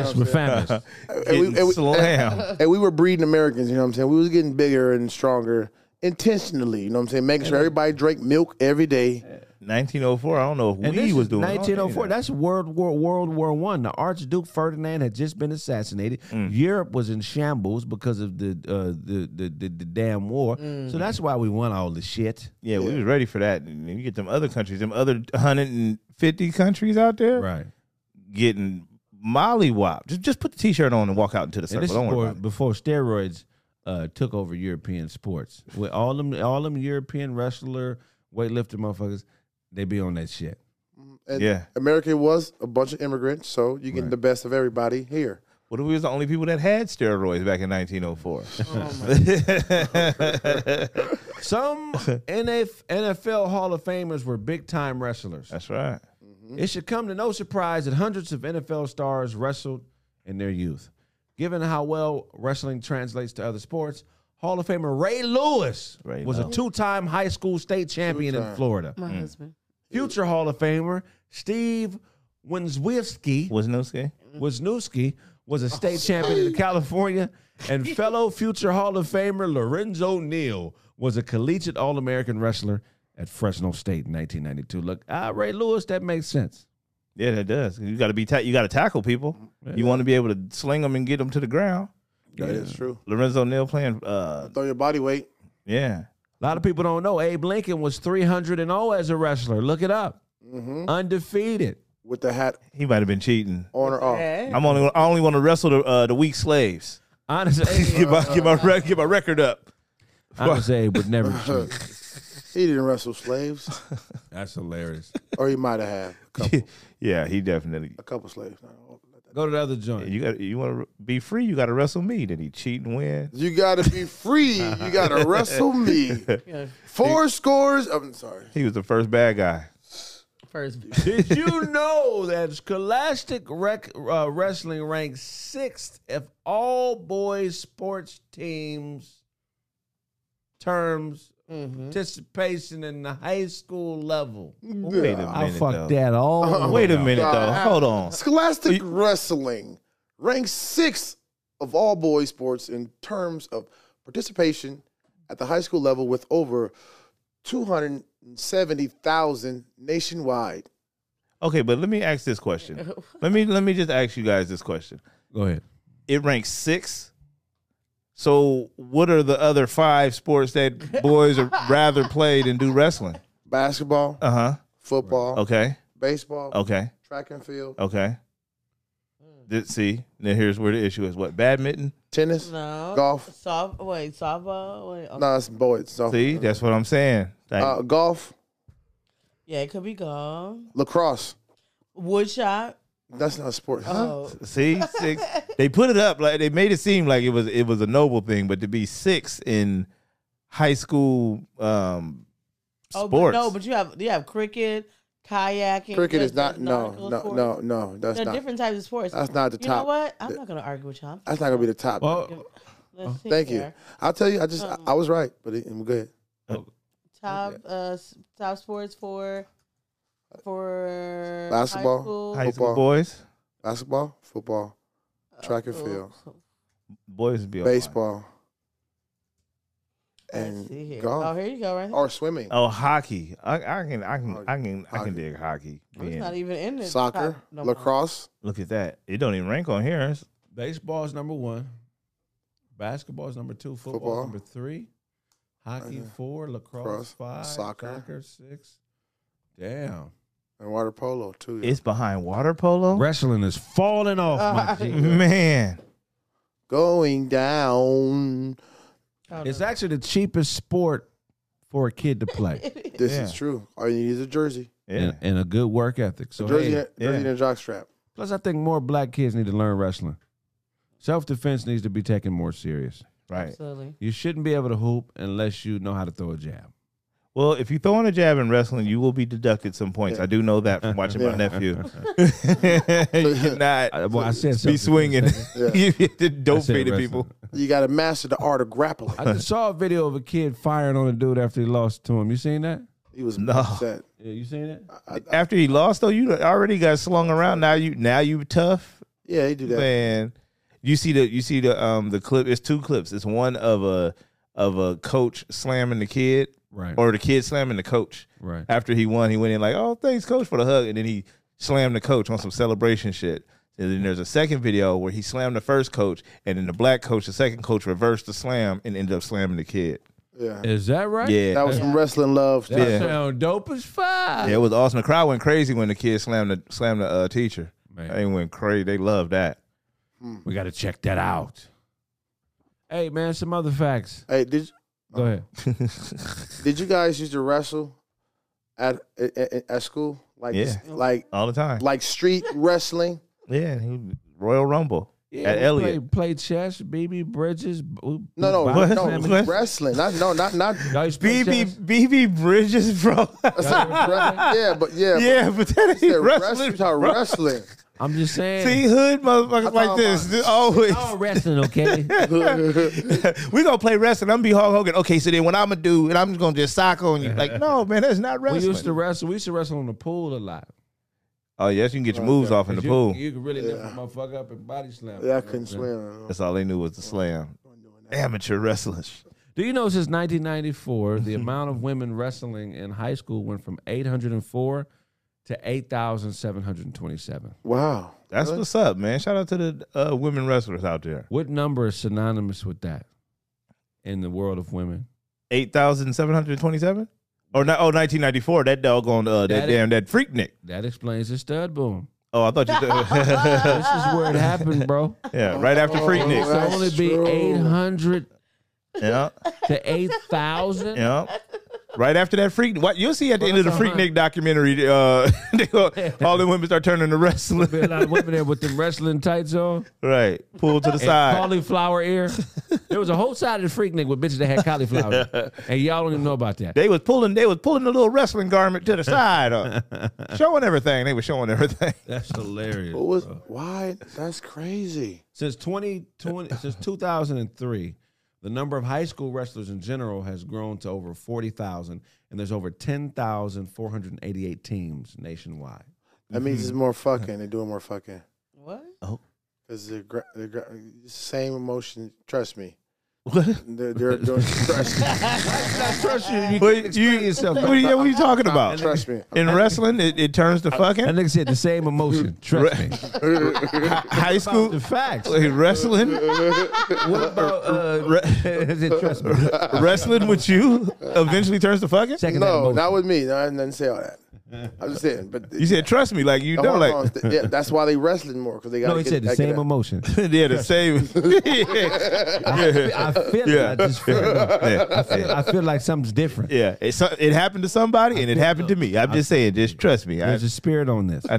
Irish were famished. we- Getting and we- slammed. and we were breeding Americans, you know what I'm saying? We was getting bigger and stronger intentionally, you know what I'm saying? Making sure everybody drank milk every day. 1904. I don't know if And we this was is doing all 1904. that. That's World War World War One. The Archduke Ferdinand had just been assassinated. Mm. Europe was in shambles because of the uh, the, the, the the damn war. Mm. So that's why we won all the shit. Yeah, we was ready for that. And you get them other countries, them other 150 countries out there getting mollywopped. Just just put the t-shirt on and walk out into the And circle. this is Don't worry before, about it. before steroids uh, took over European sports. With all them all them European wrestler weightlifter motherfuckers, they be on that shit. And Yeah. America was a bunch of immigrants, so you getting the best of everybody here. What if we was the only people that had steroids back in 1904? Some NF, NFL Hall of Famers were big time wrestlers. That's right. It should come to no surprise that hundreds of NFL stars wrestled in their youth. Given how well wrestling translates to other sports, Hall of Famer Ray Lewis Ray was a Lewis. Mm. two time high school state champion in Florida. My husband. Future Hall of Famer Steve Wenzwiewski Was no skate? Wisniewski was a state champion in California, and fellow future Hall of Famer Lorenzo Neal was a collegiate All American wrestler at Fresno State in 1992. Look, ah, Ray Lewis, that makes sense. Yeah, that does. You got to be ta- you got to tackle people. You want to be able to sling them and get them to the ground. That is true. Lorenzo Neal playing. Uh, Throw your body weight. yeah, A lot of people don't know Abe Lincoln was 300 and 0 as a wrestler. Look it up. Mm-hmm. Undefeated. with the hat he might have been cheating. on or off. I'm only I only want to wrestle the uh, the weak slaves. Honestly, Get my get my, rec- get my record up. honestly Abe would never cheat. He didn't wrestle slaves, That's hilarious. or he might have had a couple, yeah, he definitely. a couple slaves. No, Go to the other joint. You got you want to be free. You got to wrestle me. Did he cheat and win? You gotta be free. You gotta wrestle me. Four scores. I'm sorry. He was the first bad guy. First. Did you know that Scholastic rec- uh, Wrestling ranked sixth of all boys sports teams terms Mm-hmm. participation in the high school level? Wait a minute. I though. fucked that all. Wait a minute though. Hold on. Scholastic wrestling ranks sixth of all boys sports in terms of participation at the high school level, with over two hundred seventy thousand nationwide. Okay, but let me ask this question. Let me let me just ask you guys this question. Go ahead. It ranks six. So what are the other five sports that boys are rather play than do wrestling? Basketball, Uh huh. football, Okay. baseball, Okay. track and field, Okay. Did see? Now here's where the issue is. What badminton? tennis, No. golf. Soft, wait, softball. Wait, oh, okay. No, it's boys. So See, that's what I'm saying. Like, uh, golf, Yeah, it could be golf. lacrosse. Woodshop. That's not a sport. Oh, see, six. They put it up like they made it seem like it was it was a noble thing, but to be six in high school um, oh, but sports. no, but you have you have cricket, kayaking. Cricket there's- is not. there's No, nautical no, sports. no, no. That's There are not. different types of sports. That's not the you top. know what? I'm not gonna argue with y'all. That's not gonna be the top. Well, Let's see Thank you. here. I'll tell you. I just. I- Oh. I, was right, but it, I'm good. Top uh s- top sports for for Basketball. High school. high school football. boys, Basketball, football, Uh, track and field, boys would be on fire. baseball, Let's see and here. Oh, golf here you go. Right. There. or swimming. Oh, hockey. I, I can, I can, I can, I Hockey. can dig hockey. It's Yeah. not even in this. Soccer, top no more. lacrosse, Look at that. It don't even rank on here. It's- baseball's number one. Basketball's number two. Football's Football. number three. Hockey four. Lacrosse Lacrosse, five. soccer. Soccer six. Damn. and water polo too. It's behind water polo. Wrestling is falling off my G. Man, Going down. Oh, It's no. actually the cheapest sport for a kid to play This is Yeah. true. All you need is a jersey, yeah. and, and a good work ethic. So, jersey, hey, jersey, and a jockstrap. plus, I think more black kids need to learn wrestling. Self defense needs to be taken more serious. right. Absolutely. You shouldn't be able to hoop unless you know how to throw a jab. Well, if you throw in a jab in wrestling, you will be deducted some points. I do know that from watching my Yeah. nephew. You're not I- well, I said something. be swinging. Yeah. you get to dope I said fade to wrestling. people. You got to master the art of grappling. I just saw a video of a kid firing on a dude after he lost to him. You seen that? He was No. upset. Yeah, you seen that? After he lost, though, you already got slung around. Now you now you tough. Yeah, he do that. man. You see the you see the um the clip. It's two clips. It's one of a of a coach slamming the kid, Right. or the kid slamming the coach. Right. After he won, he went in like, "Oh, thanks, coach, for the hug," and then he slammed the coach on some celebration shit. And then there's a second video where he slammed the first coach, and then the black coach, the second coach, reversed the slam and ended up slamming the kid. Yeah. Is that right? Yeah, That was some wrestling love. That Yeah. sound dope as fuck. yeah, it was awesome. The crowd went crazy when the kid slammed the slammed the uh, teacher. Man. They went crazy. They loved that. Hmm. We got to check that out. Hey, man, some other facts. Hey, did Go ahead. did you guys used to wrestle at at, at school? Like Yeah. like All the time. like street wrestling? Yeah, he, Royal Rumble Yeah, at we Elliott. Played, played chess, BB Bridges. No, No, no, What? no, What? wrestling. Not no, not not. Y'all used to play chess? BB BB Bridges, bro. yeah, but yeah, but yeah, but that you ain't said wrestling. wrestling. bro. Wrestling, wrestling. I'm just saying. See hood motherfuckers I'm like talking this about- this always. All wrestling, okay? we gonna play wrestling. I'm gonna be Hulk Hogan. Okay, so then what I'm gonna do? And I'm just gonna just sock on you. Like, no, man, that's not we wrestling. used to wrestle. We used to wrestle in the pool a lot. oh yes, you can get your moves off in the you, pool. You could really lift a motherfucker up and body slam. Yeah, I couldn't swim. that's all they knew was the slam. Amateur wrestlers. Do you know since 1994, the amount of women wrestling in high school went from 804 to 8,727? Wow. That's what's up, man. Shout out to the uh, women wrestlers out there. What number is synonymous with that in the world of women? Eight thousand seven hundred twenty-seven. Or not? Oh, 1994. That dog on uh, that, That is- damn that freak Nick. That explains the stud boom. Oh, I thought you. Said, This is where it happened, bro. yeah, right after freak Nick. It's That's only be true. 800 Yeah, to 8,000. yeah. Right after that freak, what you'll see at the end of the Well, freak that's Nick documentary, uh, they go, all the women start turning Be a to wrestling. lot of women there with them wrestling tights on. right, pulled to the and side. cauliflower ear. There was a whole side of the freak nigga with bitches that had cauliflower, and y'all don't even know about that. They was pulling, they was pulling the little wrestling garment to the side, uh, showing everything. They were showing everything. That's hilarious. What was why? That's crazy. Since 2020, since 2003, the number of high school wrestlers in general has grown to over 40,000, and there's over 10,488 teams nationwide. That means it's more fucking. They're doing more fucking. What? Cause they're, gra- they're gra- same emotion. Trust me. What? They're, they're doing. Trust me. Trust you, you What you, yourself. what, are you, what are you talking about? Trust me. In wrestling, it, it turns to That fucking nigga said the same emotion. Trust me. high school. The facts. Wait, wrestling, What about uh, is it trust me? wrestling with you eventually turns to fucking. Second that No, emotion. not with me. No, I didn't say all that. I'm just saying. But You said trust me, like you No, know, hold like on. Th- yeah, that's why they wrestling more because they got. No, he said the same emotion. yeah, the same. I yeah. feel Yeah. it. I just feel it. I yeah, feel, I feel like something's different. yeah. It, so- it happened to somebody, and it happened to me. I'm just saying, just trust me. I, There's a spirit on this. I,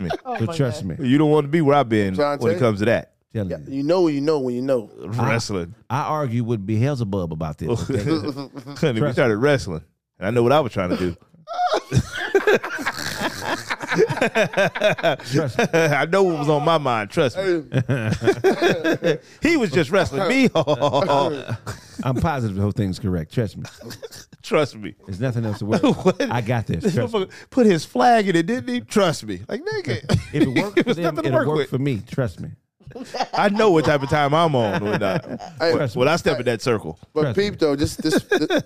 me. so trust me. You don't want to be where I've been Trying to when tell it you. comes to that Telling you. You know, when you know when you know. wrestling. I argue with Beelzebub about this. okay? Honey, we started wrestling, and I know what I was trying to do. I know what was on my mind. Trust me. he was just wrestling me. I'm positive the whole thing's correct. Trust me. trust me. There's nothing else to worry What? about. I got this. This Trust me. motherfucker put his flag in it, didn't he? Trust me. Like, nigga. If it works for was them, nothing to it'll work work, with. for me. Trust me. I know what type of time I'm on when I, Hey, when- when I step in that circle. but peep though, this this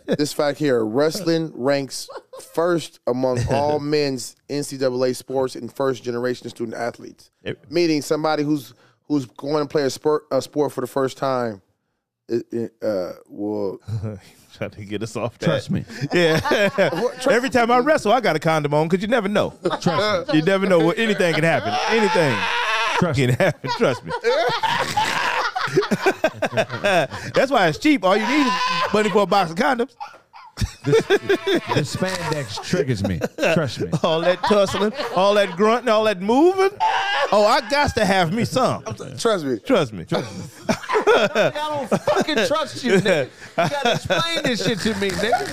this fact here: wrestling ranks first among all men's NCAA sports and first generation student athletes. Yep. Meaning somebody who's who's going to play a sport a sport for the first time. It, it, uh, well, Trying to get us off that. Trust me. Yeah. Every time I wrestle, I got a condom on because you never know. Trust You never know what anything can happen. Anything Trust can happen. Trust me. That's why it's cheap. All you need is money for a box of condoms. The spandex triggers me. Trust me. All that tussling, all that grunting, all that moving. Oh, I got to have me some. trust me. Trust me. I don't fucking trust you, nigga. You gotta explain this shit to me, nigga.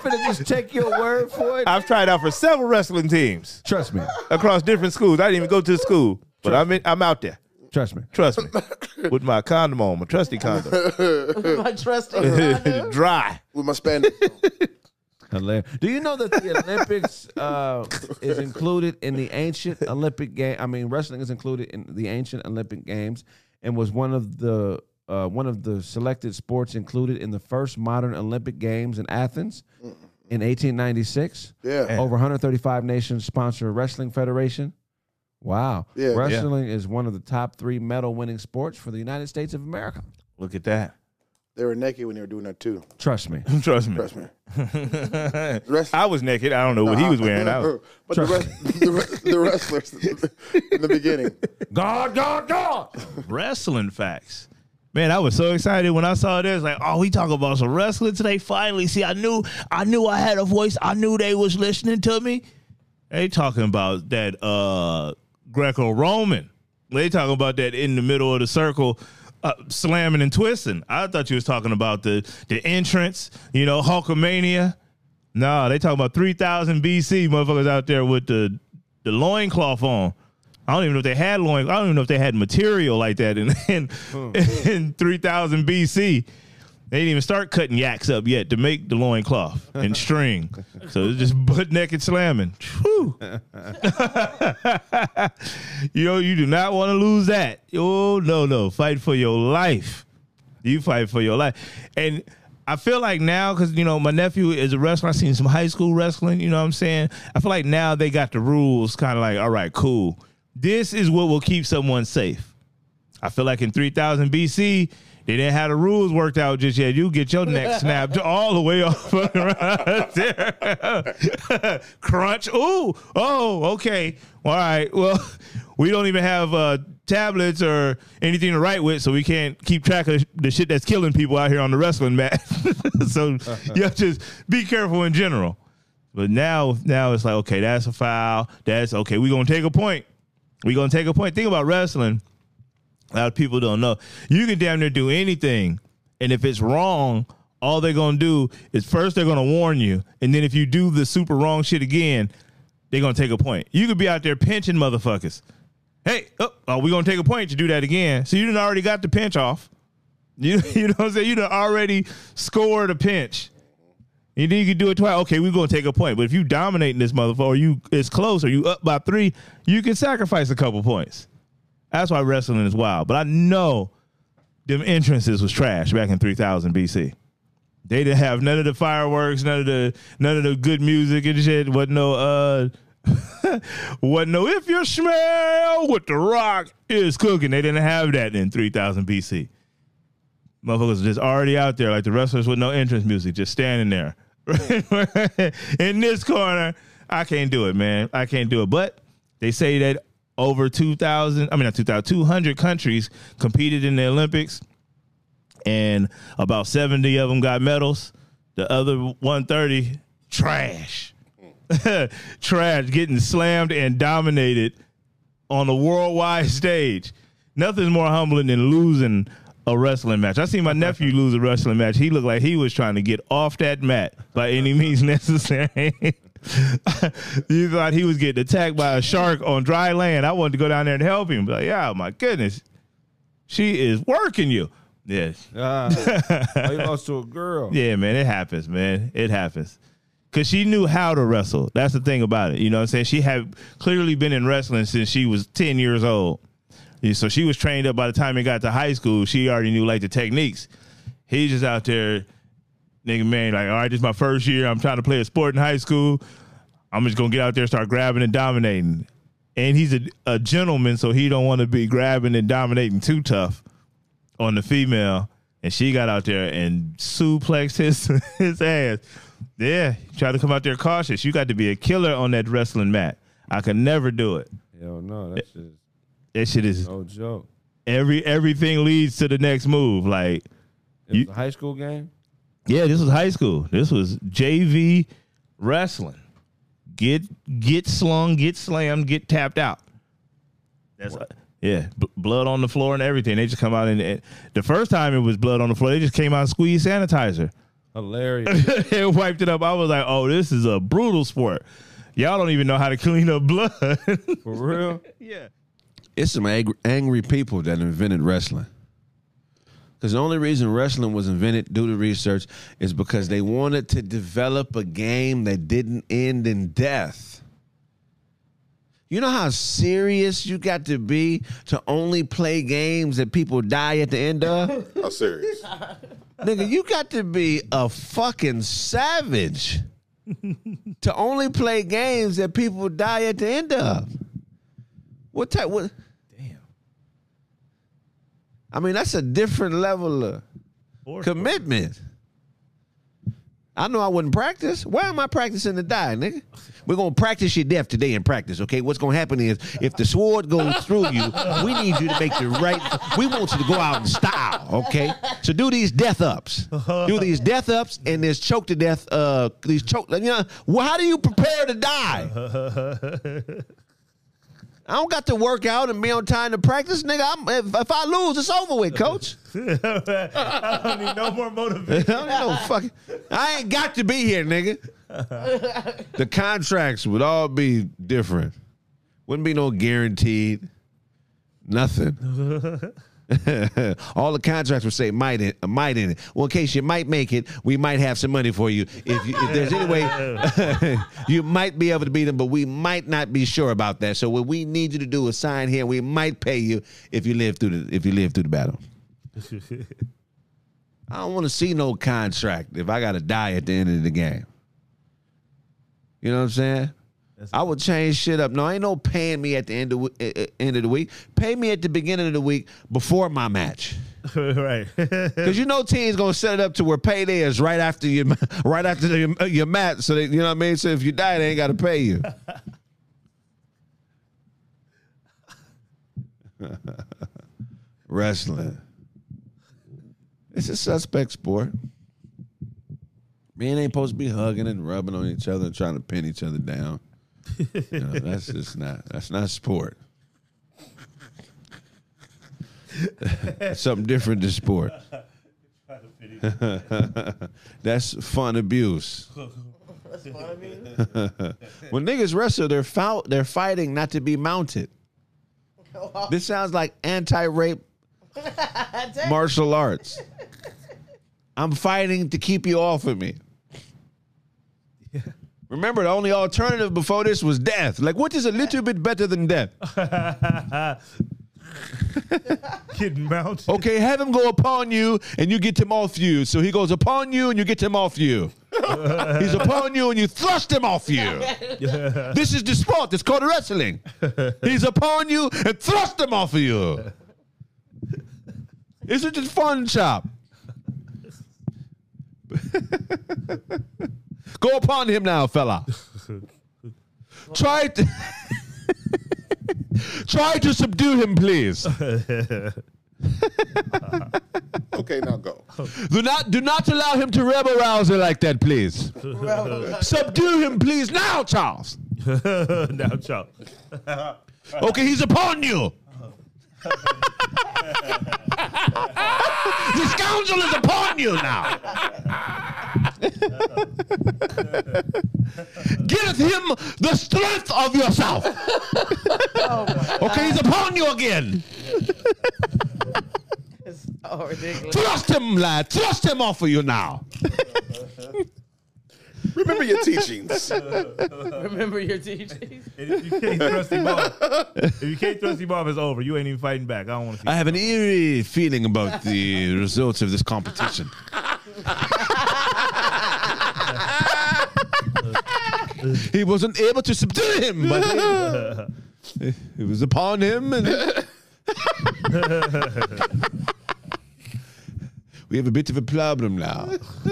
finna just take your word for it. I've tried out for several wrestling teams Trust me. across different schools. I didn't even go to the school, but I'm in, I'm out there. Trust me. Trust me, with my condom on, my trusty condom, My trusty. dry. With my spandex. Hilarious. Do you know that the Olympics uh, is included in the ancient Olympic game? I mean, wrestling is included in the ancient Olympic games, and was one of the uh, one of the selected sports included in the first modern Olympic Games in Athens in 1896. Yeah. over 135 nations sponsor a wrestling federation. Wow, Yeah. wrestling is one of the top three medal-winning sports for the United States of America. Look at that. They were naked when they were doing that too. Trust me. Trust me. Trust me. Rest- I was naked. I don't know what he was wearing. I was, but the, rest, the, rest, the wrestlers in the beginning. God, God, God. wrestling facts. Man, I was so excited when I saw this. Like, oh, we talking about some wrestling today. Finally, see, I knew, I knew I had a voice. I knew they was listening to me. They talking about that uh Greco-Roman. They talking about that in the middle of the circle, uh, slamming and twisting. I thought you was talking about the the entrance. You know, Hulkamania. Nah, they talking about 3000 BC motherfuckers out there with the the loincloth on. I don't even know if they had loin. I don't even know if they had material like that in in, in 3000 BC. They didn't even start cutting yaks up yet to make the loincloth and string. so it's just butt naked slamming. Whew. you know, you do not want to lose that. Oh, no, no. Fight for your life. You fight for your life. And I feel like now, because, you know, my nephew is a wrestler. I've seen some high school wrestling, you know what I'm saying? I feel like now they got the rules kind of like, all right, cool. This is what will keep someone safe. I feel like in 3000 BC, they didn't have the rules worked out just yet. You get your neck snapped all the way off right there. Crunch. Ooh. Oh, okay. All right. Well, we don't even have uh, tablets or anything to write with, so we can't keep track of the shit that's killing people out here on the wrestling mat. so you have to just be careful in general. But now, now it's like, okay, that's a foul. That's okay. We're going to take a point. We're going to take a point. Think about wrestling. A lot of people don't know. You can damn near do anything, and if it's wrong, all they're gonna do is first they're gonna warn you, and then if you do the super wrong shit again, they're gonna take a point. You could be out there pinching motherfuckers. Hey, oh, oh we gonna take a point to do that again. So you done already got the pinch off. You you know what I'm saying? You done already scored a pinch. And then you can do it twice. Okay, we're gonna take a point. But if you dominating this motherfucker, or you it's close, or you up by three, you can sacrifice a couple points. That's why wrestling is wild. But I know them entrances was trash back in 3000 BC. They didn't have none of the fireworks, none of the none of the good music and shit. What no uh what no if you smell what the rock is cooking. They didn't have that in 3000 BC. Motherfuckers just already out there like the wrestlers with no entrance music, just standing there. in this corner, I can't do it, man. I can't do it. But they say that over 2,000, I mean, not 2,000, 200 countries competed in the Olympics, and about 70 of them got medals. The other 130, trash. trash, getting slammed and dominated on a worldwide stage. Nothing's more humbling than losing a wrestling match. I seen my nephew lose a wrestling match. He looked like he was trying to get off that mat by any means necessary. you thought he was getting attacked by a shark on dry land. I wanted to go down there and help him. But like, yeah, my goodness. She is working you. Yes. Uh, oh, you lost to a girl. Yeah, man, it happens, man. It happens. Cause she knew how to wrestle. That's the thing about it. You know what I'm saying? She had clearly been in wrestling since she was 10 years old. Yeah, So she was trained up by the time it got to high school. She already knew like the techniques. He's just out there, nigga, man, like, all right, this is my first year. I'm trying to play a sport in high school. I'm just gonna get out there and start grabbing and dominating. And he's a, a gentleman, so he don't want to be grabbing and dominating too tough on the female, and she got out there and suplexed his his ass. Yeah, try to come out there cautious. You got to be a killer on that wrestling mat. I could never do it. Yo, no, that's just That shit is no joke. every everything leads to the next move. Like, It You- was a high school game. yeah, this was high school. This was JV wrestling. Get get slung, get slammed, get tapped out. That's yeah, b- blood on the floor and everything. They just come out and, and the first time it was blood on the floor. They just came out and squeezed sanitizer. Hilarious. and wiped it up. I was like, oh, this is a brutal sport. Y'all don't even know how to clean up blood. For real? yeah. It's some angry, angry people that invented wrestling. Because the only reason wrestling was invented, due to research, is because they wanted to develop a game that didn't end in death. You know how serious you got to be to only play games that people die at the end of? I'm serious. Nigga, you got to be a fucking savage to only play games that people die at the end of. What type? What? Damn. I mean, that's a different level of commitment. I know I wouldn't practice. Why am I practicing to die, nigga? We're gonna practice your death today in practice, okay? What's gonna happen is if the sword goes through you, we need you to make the right. We want you to go out in style, okay? So do these death ups, do these death ups, and this choke to death. Uh, these choke. You know, well, how do you prepare to die? I don't got to work out and be on time to practice, nigga. I'm, if, if I lose, it's over with, coach. I don't need no more I motivation. don't know, fuck. I ain't got to be here, nigga. the contracts would all be different. Wouldn't be no guaranteed. Nothing. all the contracts would say might in, uh, might in it. Well, in case you might make it, we might have some money for you. If, you, if there's any way you might be able to beat them, but we might not be sure about that. So what we need you to do is sign here. We might pay you if you live through the if you live through the battle. I don't want to see no contract if I got to die at the end of the game. You know what I'm saying? I would change shit up. No, ain't no paying me at the end of eh, eh, end of the week. Pay me at the beginning of the week before my match, right. because you know teams gonna set it up to where payday is right after your ma- right after your, your match. So they, you know what I mean. So if you die, they ain't got to pay you. Wrestling. It's a suspect sport. Men ain't supposed to be hugging and rubbing on each other and trying to pin each other down. You know, that's just not that's not sport. that's something different than sport. that's fun abuse. when niggas wrestle, they're foul, they're fighting not to be mounted. This sounds like anti-rape martial arts. I'm fighting to keep you off of me. Remember, the only alternative before this was death. Like, what is a little bit better than death? Getting mounted. Okay, have him go upon you and you get him off you. So he goes upon you and you get him off you. He's upon you and you thrust him off you. This is the sport. It's called wrestling. He's upon you and thrust him off of you. Isn't it fun, chop? go upon him now, fella. Try to. Try to subdue him, please. Okay, now go. Do not do not allow him to rebel rouser like that, please. Subdue him, please, now, Charles. now, chop. Okay, he's upon you. the scoundrel is upon you now. Give him the strength of yourself. okay, he's upon you again. It's so ridiculous. Thrust him, lad. Thrust him off of you now. Remember your teachings. Remember your teachings. And if you can't thrust him off, if you can't thrust him off, it's over. You ain't even fighting back. I don't want to see. I have an eerie feeling about the results of this competition. he wasn't able to subdue him, but he- it was upon him. And we have a bit of a problem now. we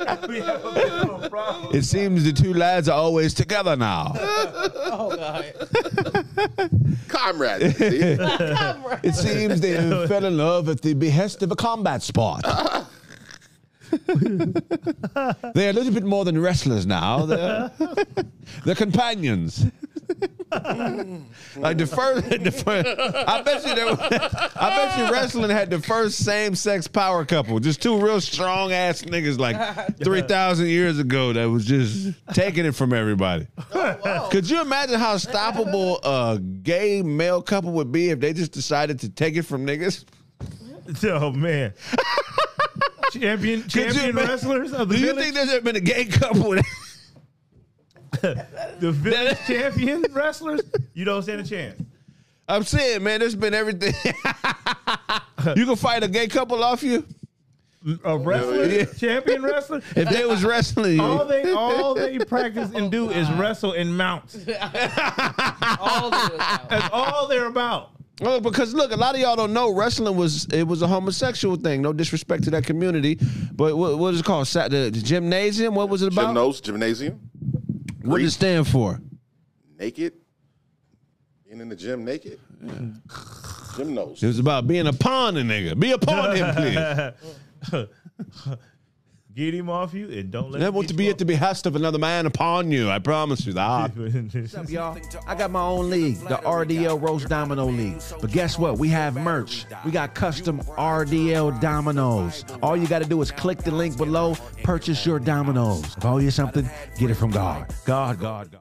have a bit of a problem. It seems the two lads are always together now. Oh God. Comrade. See? It seems they fell in love at the behest of a combat sport. They're a little bit more than wrestlers now. They're, they're companions. Like the first, the first I bet you there was, I bet you wrestling had the first same sex power couple. Just two real strong ass niggas like 3,000 years ago that was just taking it from everybody. Could you imagine how stoppable a gay male couple would be if they just decided to take it from niggas? Oh man. champion champion ima- wrestlers of the Do you village. think there's ever been a gay couple? That, the village champion wrestlers? You don't stand a chance. I'm saying, man, there's been everything. you can fight a gay couple off you A wrestler, Yeah. champion wrestler. if they was wrestling you. All they all they practice and do Oh, is wrestle and mount. All of it. That's all they're about. Well, Oh, because look, a lot of y'all don't know wrestling was it was a homosexual thing. No disrespect to that community, but what, what is it called? Sa- The, the gymnasium? What was it about? Gymnos, gymnasium, what did it stand for? naked. Being in the gym naked. It Gymnos. was about being a pawn, in nigga. Be a pawn, in please. Get him off you and don't let I him want to get be at the behest of another man upon you. I promise you that. you off. What's up, y'all? I got my own league, the RDL Rose Domino League. But guess what? We have merch. We got custom RDL dominoes. All you got to do is click the link below, purchase your dominoes. If I owe you something, get it from God. God, God, God.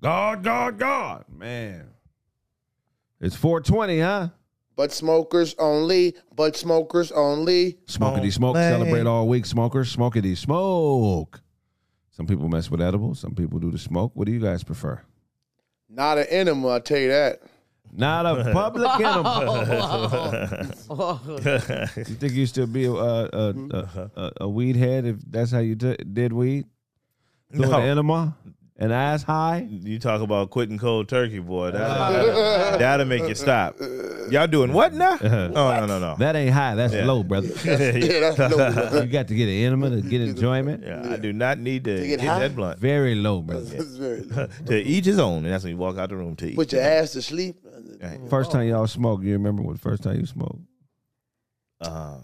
God, God, God. Ah, Man. It's 420, huh? But smokers only. But smokers only. Smokity smoke. Celebrate all week, smokers. Smokity smoke. Some people mess with edibles. Some people do the smoke. What do you guys prefer? Not an enema. I tell you that. Not a public Oh, enema. you think you still be a, a, a, a, a, a weed head if that's how you t- did weed? Doing No. an enema? An ass high? You talk about quitting cold turkey, boy. Uh. That'll, that'll- that'll make you stop. Y'all doing what now? Oh no no no. That ain't high. That's low, brother. Yeah, that's no. you got to get an enema to get enjoyment. Yeah, I do not need to get get high? that blunt. Very low, brother. It's very low. To each his own, and that's when you walk out the room to eat. Put your ass to sleep. First time y'all smoked, you remember what first time you smoked? Uh,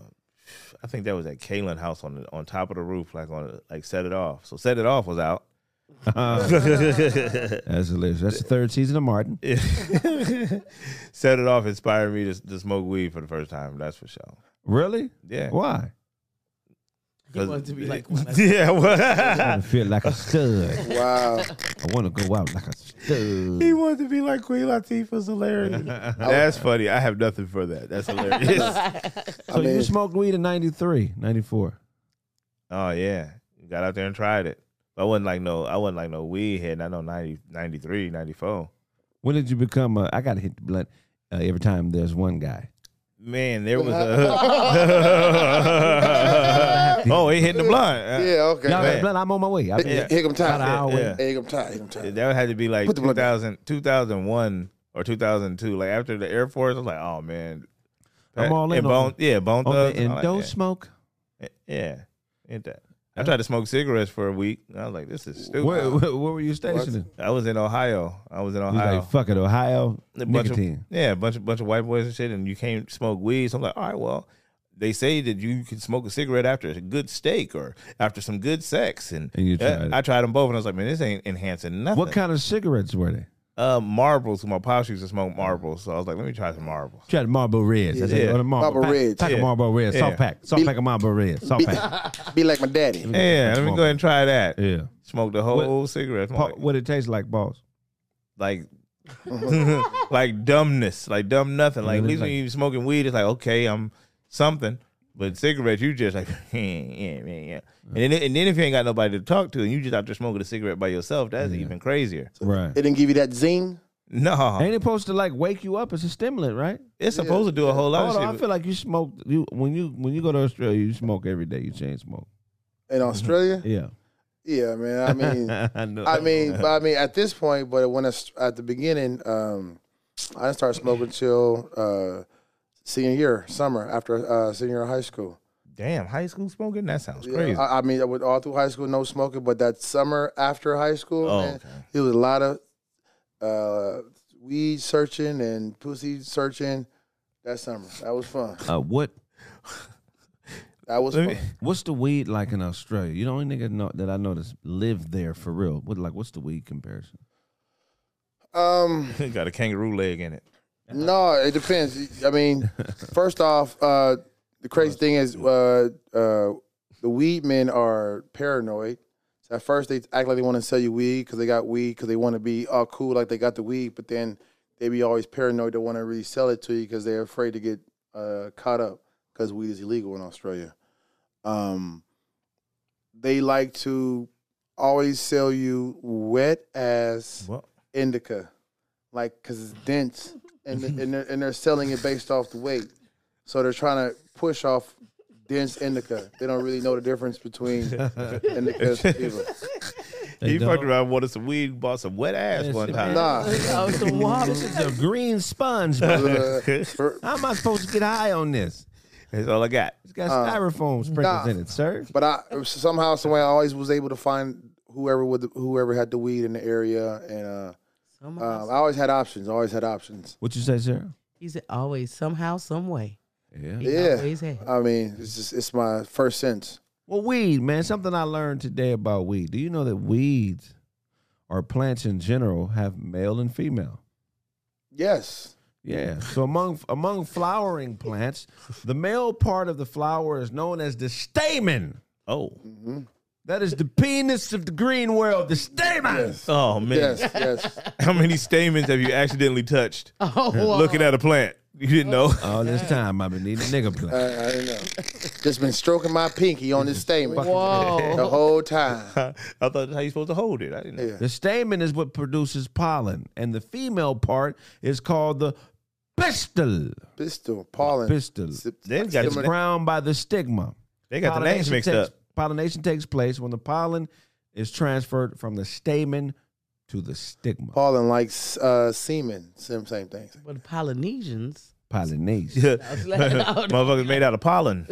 I think that was at Kalen house on the, on top of the roof, like on like set it off. So set it off was out. That's hilarious. That's the third season of Martin. Set it off inspired me to, to smoke weed for the first time. That's for sure. Really? Yeah. Why? He wanted to be like one of yeah. well, I feel like a stud. Wow. I want to go out like a stud. he wanted to be like Queen Latifah's hilarious. That's funny. I have nothing for that. That's hilarious. So you smoked weed in 93, 94. oh yeah, got out there and tried it. I wasn't like no. I wasn't like no weed head. I know 90, 93, 94. When did you become a, I got to hit the blunt uh, every time there's one guy. Man, there was a. oh, it hit the blunt. Yeah. Okay. Y'all got man. blunt, I'm on my way. I'll be Yeah. Here come about an time. hour Yeah. away. Here come time. Here come time. That had to be like Put the blunt down. 2000, 2001 or 2002. Like after the Air Force, I was like, oh man. I'm all in And on bone, yeah, bone Okay, thugs. and I'm like, don't yeah. smoke. Yeah. Ain't that. I tried to smoke cigarettes for a week. and I was like, this is stupid. Where, where, where were you stationed? in? I was in Ohio. I was in He's Ohio. like, fuck it, Ohio, a bunch of, nicotine. yeah, a bunch of bunch of white boys and shit, and you can't smoke weed. So I'm like, all right, well, they say that you can smoke a cigarette after a good steak or after some good sex, and, And you Yeah, tried it. I tried them both, and I was like, man, this ain't enhancing nothing. What kind of cigarettes were they? Uh, marbles. My pops used to smoke marbles, so I was like, let me try some marbles. Tried Marlboro Reds. That's it. Yeah. Or the Marlboro, Marlboro pack, Reds. Pack of Yeah. Marlboro Reds. Salt Yeah. pack. Salt pack of Marlboro Reds. Salt pack. Be like my daddy. Yeah, let me smoke. go ahead and try that. Yeah. Smoke the whole cigarette. Pa- Smoked what it tastes like, boss? like like dumbness, like dumb nothing. Like at least when you smoking weed, it's like okay, I'm something. But cigarettes, you just like yeah, yeah, yeah, yeah. And then and then if you ain't got nobody to talk to, and you just out there smoking a cigarette by yourself, that's even crazier. Right. It didn't give you that zing. No, Ain't it supposed to like wake you up? It's a stimulant, right? it's supposed to do a whole lot Hold of on, shit. I feel like you smoke you when you when you go to Australia, you smoke every day. You chain smoke. In Australia. Yeah, Yeah, man. I mean, I know. I mean, but I mean, at this point, but when I, st- at the beginning, um, I didn't start smoking till uh, senior year, summer after uh, senior year of high school. Damn, high school smoking? That sounds Yeah, crazy. I, I mean, I went all through high school, no smoking, but that summer after high school, Oh, man, okay. it was a lot of uh, weed searching and pussy searching that summer. That was fun. uh, what That was Let me- fun. What's the weed like in Australia? You the only nigga know, that I know that's lived there for real. What like what's the weed comparison? Um, Got a kangaroo leg in it. no, it depends. I mean, first off, uh, the crazy thing is uh, uh, the weed men are paranoid. So at first they act like they want to sell you weed because they got weed because they want to be all cool like they got the weed, but then they be always paranoid. They want to really sell it to you because they're afraid to get uh, caught up because weed is illegal in Australia. Um, they like to always sell you wet ass indica, like because it's dense, and and they're, and they're selling it based off the weight. So they're trying to push off dense indica. They don't really know the difference between indica and sativa. He fucked around, wanted some weed, bought some wet ass one time. Nah. Oh, it's a wall. This is a green sponge, bro. How am I supposed to get high on this? That's all I got. It's got Uh, styrofoam sprinkles nah. in it, sir. But I somehow, some way, I always was able to find whoever with the, whoever had the weed in the area, and uh, um, I always had options. Always had options. What you say, sir? He said always somehow, some way. Yeah. He Yeah. always had. I mean, it's just it's my first sense. Well, weed, man. Something I learned today about weed. Do you know that weeds or plants in general have male and female? Yes. Yeah. So among among flowering plants, the male part of the flower is known as the stamen. Oh. That is the penis of the green world, the stamen. Oh man. Mm. Yes. Yes. How many stamens have you accidentally touched Oh, wow. looking at a plant? You didn't know. All this time I've been needing a nigga plant. I, I don't know. Just been stroking my pinky on this statement the Oh. Whoa. whole time. I thought that's how you supposed to hold it. I didn't know. Yeah. The stamen is what produces pollen, and the female part is called the pistil. Pistol, pollen. Pistol. They got It's crowned by the stigma. They got the names Pollination mixed takes- up. Pollination takes place when the pollen is transferred from the stamen to the stigma. pollen like uh, semen. Same, same thing. But the Polynesians. Pollination. Motherfuckers made out of pollen.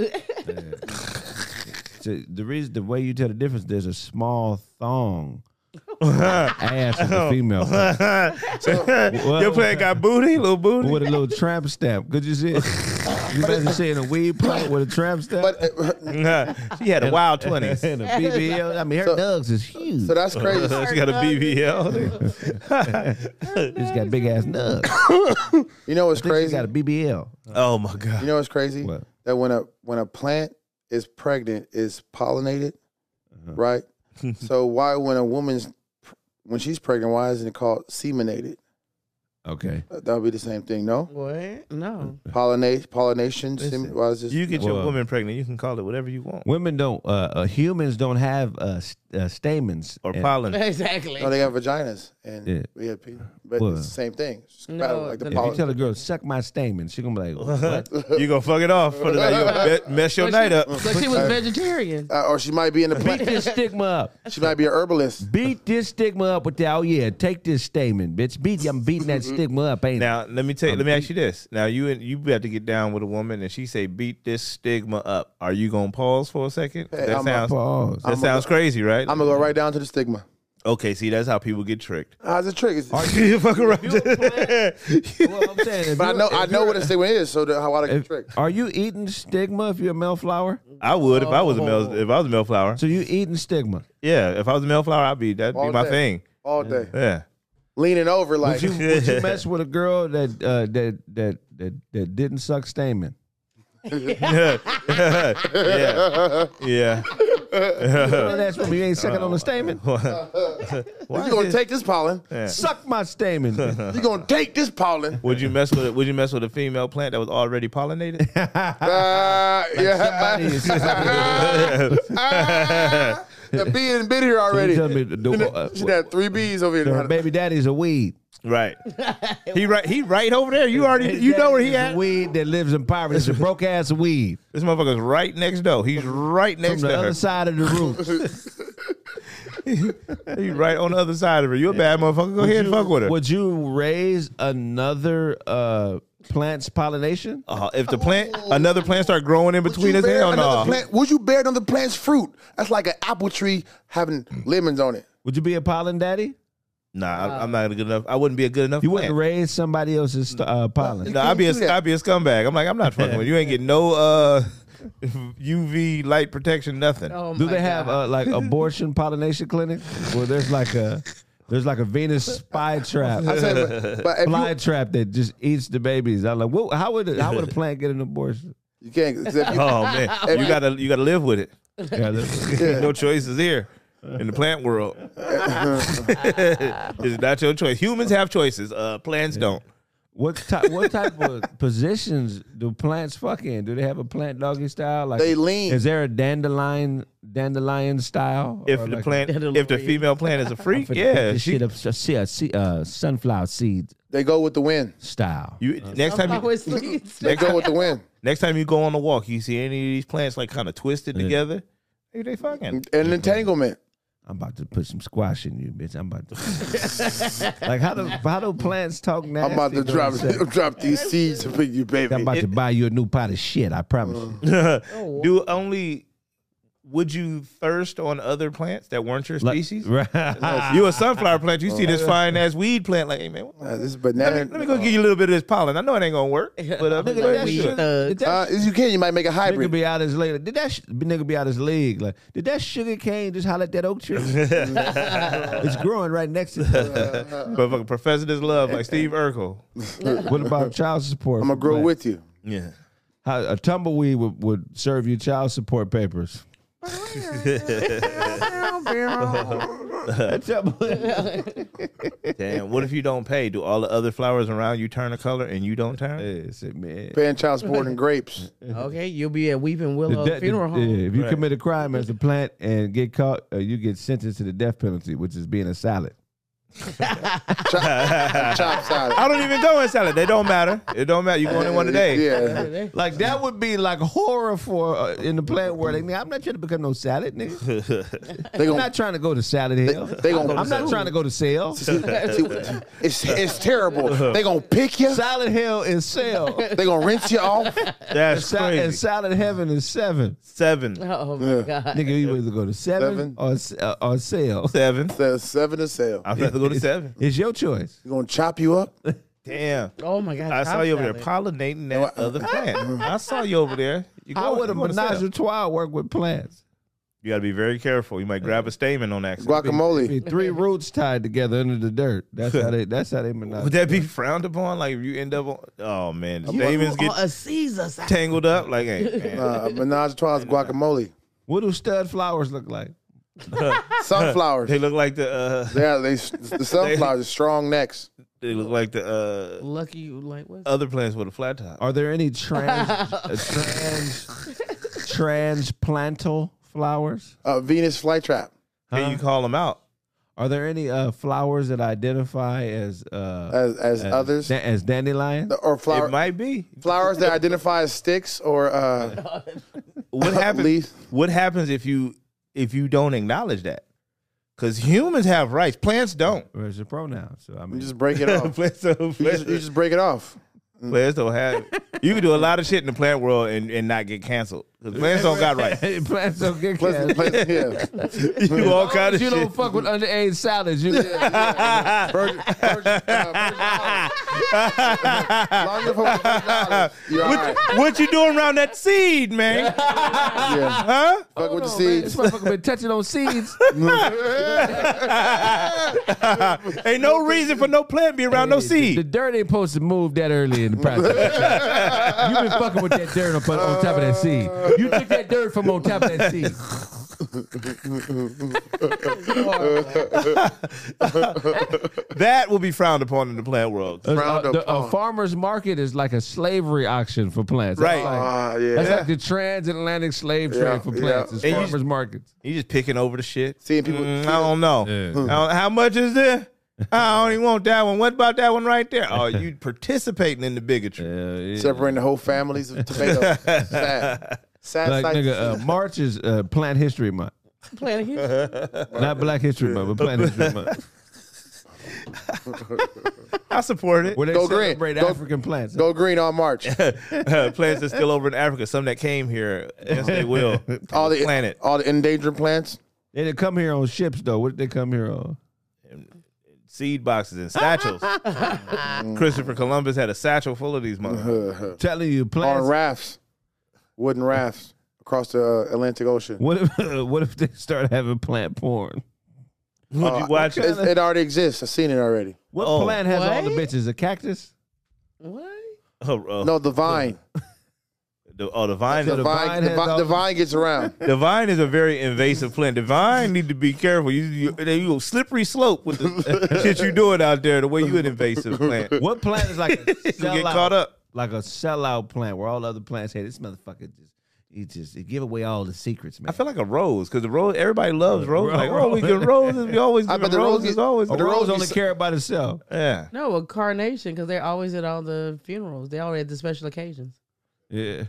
So the reason, the way you tell the difference, there's a small thong. ass of Oh. the female. part. Your plant got booty, little booty. with a little tramp stamp. Could you see it? You imagine seeing a weed plant with a tramp stamp? But uh, she had a wild twenties. and a BBL. I mean, her nugs is huge. so that's crazy. she got a BBL. She's got big ass nugs. You know what's Crazy. crazy? She got a BBL. oh my god. You know what's crazy? What? That when a when a plant is pregnant, is pollinated, Uh-huh. right? so why when a woman's pr- when she's pregnant, why isn't it called seminated? Okay. That that would be the same thing, no? What? No. Pollinate, pollination. Sem- why is this? You get your Well- woman pregnant, you can call it whatever you want. Women don't. Uh, uh, humans don't have uh, s- uh, stamens Or And- pollen. Exactly. no, they got vaginas and Yeah. we have people, but Well. it's the same thing. It's No, about like the the- If you pollen. tell a girl suck my stamen, she gonna be like, what? you gonna fuck it off for the night. You gonna me- mess your night up. But she was vegetarian. Uh, or she might be in the Beat plant. this stigma up. She might be an herbalist. Beat this stigma up with that. Oh yeah, take this stamen, bitch. Beat. I'm beating that Mm-hmm. stigma up, ain't Now let me tell you, let Um, me ask you this. Now you and you have to get down with a woman and she say beat this stigma up. Are you gonna pause for a second? that I'm a it? sounds Pause. that sounds crazy, right? I'm gonna go right down to the stigma. okay, see that's how people get tricked. Ah, it's a trick. It's- you fuck around. Well, I'm saying, if but I you- know if I know you're- what a stigma is. So the, how I get if- tricked? Are you eating stigma if you're a male flower? I would if I was a Oh. male if I was a male flower. So you eating stigma? Yeah, if I was a male flower, I'd be that'd be All my day. thing. all day, Yeah. leaning over like Would you, would you mess with a girl that uh, that, that that that didn't suck stamen? Yeah. Yeah. Uh, Well, That's what you ain't sucking on the stamen. you gonna take this pollen. Suck my stamen. You gonna take this pollen? Would you mess with would you mess with a female plant that was already pollinated? Uh, yeah, Somebody is sucking- the bee done been here already. You tell me the- uh, the- She had three bees over her here. baby daddy's a weed. right. He right he right over there. You already His you know daddy where he is a at. Weed that lives in poverty. It's a broke ass weed This motherfucker's right next door. He's right from next the to her. other side of the roof. He's right on the other side of her. You a bad motherfucker. Go ahead and fuck with her. Would you raise another uh, plant's pollination? Uh, if the plant another plant start growing in between us, hell no. plant, would you bear another plant's fruit? That's like an apple tree having lemons on it. Would you be a pollen daddy? Nah, I- I'm not gonna good enough. I wouldn't be a good enough. You plant. wouldn't raise somebody else's uh, pollen. No, I'd be can't do a, that. I'd be a scumbag. I'm like, I'm not fucking with you. You ain't getting no uh UV light protection, nothing. Oh Do my they have God. uh, like abortion pollination clinic where there's like a there's like a Venus spy trap, I said, but- but if fly you- trap that just eats the babies. I'm like, what, how would how would a plant get an abortion? You can't. 'cause if you- Oh man, you gotta you gotta live with it. Yeah, that's- no choices here in the plant world. it's not your choice. Humans have choices. Uh, plants Oh, don't. what type what type of positions do plants fuck in? Do they have a plant doggy style? Like They lean. Is there a dandelion dandelion style? If Or the like- plant, Little if the lady. female plant is a freak, Pick yeah, this she. shit up, uh, see, uh, see, uh, sunflower seed they go with the wind. style. You next uh, time you Always leads to- They go with the wind. next time you go on a walk, you see any of these plants like kind of twisted together. Hey, they fucking. An entanglement. I'm about to put some squash in you, bitch. I'm about to. like how do how do plants talk now? I'm about to drop drop these seeds for you, baby. I'm about to buy you a new pot of shit. I promise. you. Uh, Oh, Do only would you thirst on other plants that weren't your Like- species? Right. Oh, You a sunflower plant, you see this fine ass weed plant, like, hey man, what- Uh, this is let banana. me, let me go give you a little bit of this pollen. I know it ain't gonna work, but uh, look at that Weed shit. thug. Did that Uh, you can. You might make a nigga hybrid. be out his leg? Did that sh- nigga be out his leg? Like did that sugar cane just holler at that oak tree? it's growing right next to. It. But fucking professor this love, like Steve Urkel. what about child support? I'm gonna grow with you. Yeah. How, a tumbleweed would, would serve you child support papers. A tumbleweed- Damn. What if you don't pay? Do all the other flowers around you turn a color and you don't turn? Yeah, shit, man. Pan child support and grapes. Okay, you'll be at Weeping Willow The de- Funeral the- Home. yeah, if you commit a crime as a plant and get caught, uh, you get sentenced to the death penalty, which is being a salad. Chop, chop salad. I don't even go in salad. They don't matter. It don't matter. You going in one today. Yeah. Like that would be like horror for uh, in the plant world. Like, nigga, I'm not trying to become no salad, nigga. They I'm gonna, not trying to go to salad hill. they gonna- I'm not trying to go to sale. it's it's terrible. They gonna pick you. salad hill is sale. They gonna rinse you off. That's Sa- and crazy. salad heaven is seven. Seven. Oh my god. Nigga, you either go to seven, Seven. or s- uh, or sale. Seven. That's seven to sale. I'm about to go to seven. It's your choice. They gonna chop you up. Damn. Oh my god. I saw top you over there salad. pollinating that other plant. I saw you over there. You How go- would a you go to sell. menage a trois work with plants? You got to be very careful. You might grab a stamen on accident. Guacamole. Be three roots tied together under the dirt. That's how they. That's how they menage. Would that be frowned upon? Like if you end up on? Oh man, the stamens You get are a Caesar salad. tangled up. Like hey, man. Uh, menage a trois is guacamole. What do stud flowers look like? Sunflowers. they look like the uh, Yeah, they the sunflowers are strong necks. they look like the uh, Lucky like what? other plants with a flat top. Are there any trans uh, trans transplantal flowers? Uh, Venus flytrap. Uh-huh. Can you call them out? Are there any uh, flowers that identify as uh, As as others. da- as dandelions? or flower It might be. flowers that identify as sticks or uh, What happens? leaf. What happens if you if you don't acknowledge that? Because humans have rights, plants don't. Where's your pronoun? So I You mean, just break it off. plants, don't Oh. You plants, just, you just break it off. plants don't have. You can do a lot of shit in the plant world and, and not get canceled. 'Cause plants don't got rights. plants don't get Plus, cancer. plus, yeah. You do all As long kind as of you shit. don't fuck with underage salads. You Virgin, virgin, uh, virgin, long as you're fucking dollars, you're all right. what you doing around that seed, man? Yeah. Huh? Fuck with the this seeds. motherfucker been touching on seeds. Ain't no reason for no plant be around no Hey, the- The seed. dirt ain't supposed to move that early in the process. you been fucking with that dirt up on, on top of that seed. You took that dirt from on top of that seed. That will be frowned upon in the plant world. Frowned Uh, the- upon. a farmer's market is like a slavery auction for plants. Right. That's like, Ah, that's yeah. like the transatlantic slave trade Yeah, for yeah. plants. It's And you- farmers markets. You just picking over the shit. Seeing people- Mm, I don't know. I don't- how much is there? I don't even want that one. What about that one right there? Oh, you participating in the bigotry. Separating the whole families of tomatoes. Sad. Sad Like sight. nigga, uh, March is uh, Plant History Month. Planet History. Not Black History Month, but Plant History Month. I support it. Where they Go green. celebrate Go- African plants. Go green on March. uh, plants that's still over in Africa. Some that came here. Yes, they will. All the planet. all the endangered plants. They didn't come here on ships though. What did they come here on? Seed boxes and satchels. Christopher Columbus had a satchel full of these motherfuckers. Telling you, On plants rafts. wooden rafts across the uh, Atlantic Ocean. What if what if they start having plant porn? Oh, Would you watch Uh, it? it? It already exists. I've seen it already. What Oh. plant has all the What? bitches? A cactus? What? Oh, oh, No, the vine. the, oh, the vine. The the vine. vine The has vi- all- the vine gets around. The vine is a very invasive plant. The vine need to be careful. You you, you go slippery slope with the shit you doing out there. The way you an invasive plant, What plant is like a you sellout? get caught up. Like a sellout plant where all the other plants hey, this motherfucker just he just he give away all the secrets, man. I feel like a rose because the rose. Everybody loves rose. Ro- Like oh, we get roses. We always I get bet the rose roses. is- always but a the rose rose only is- care about itself. yeah. No, a carnation because they're always at all the funerals. They always at the special occasions. Yeah.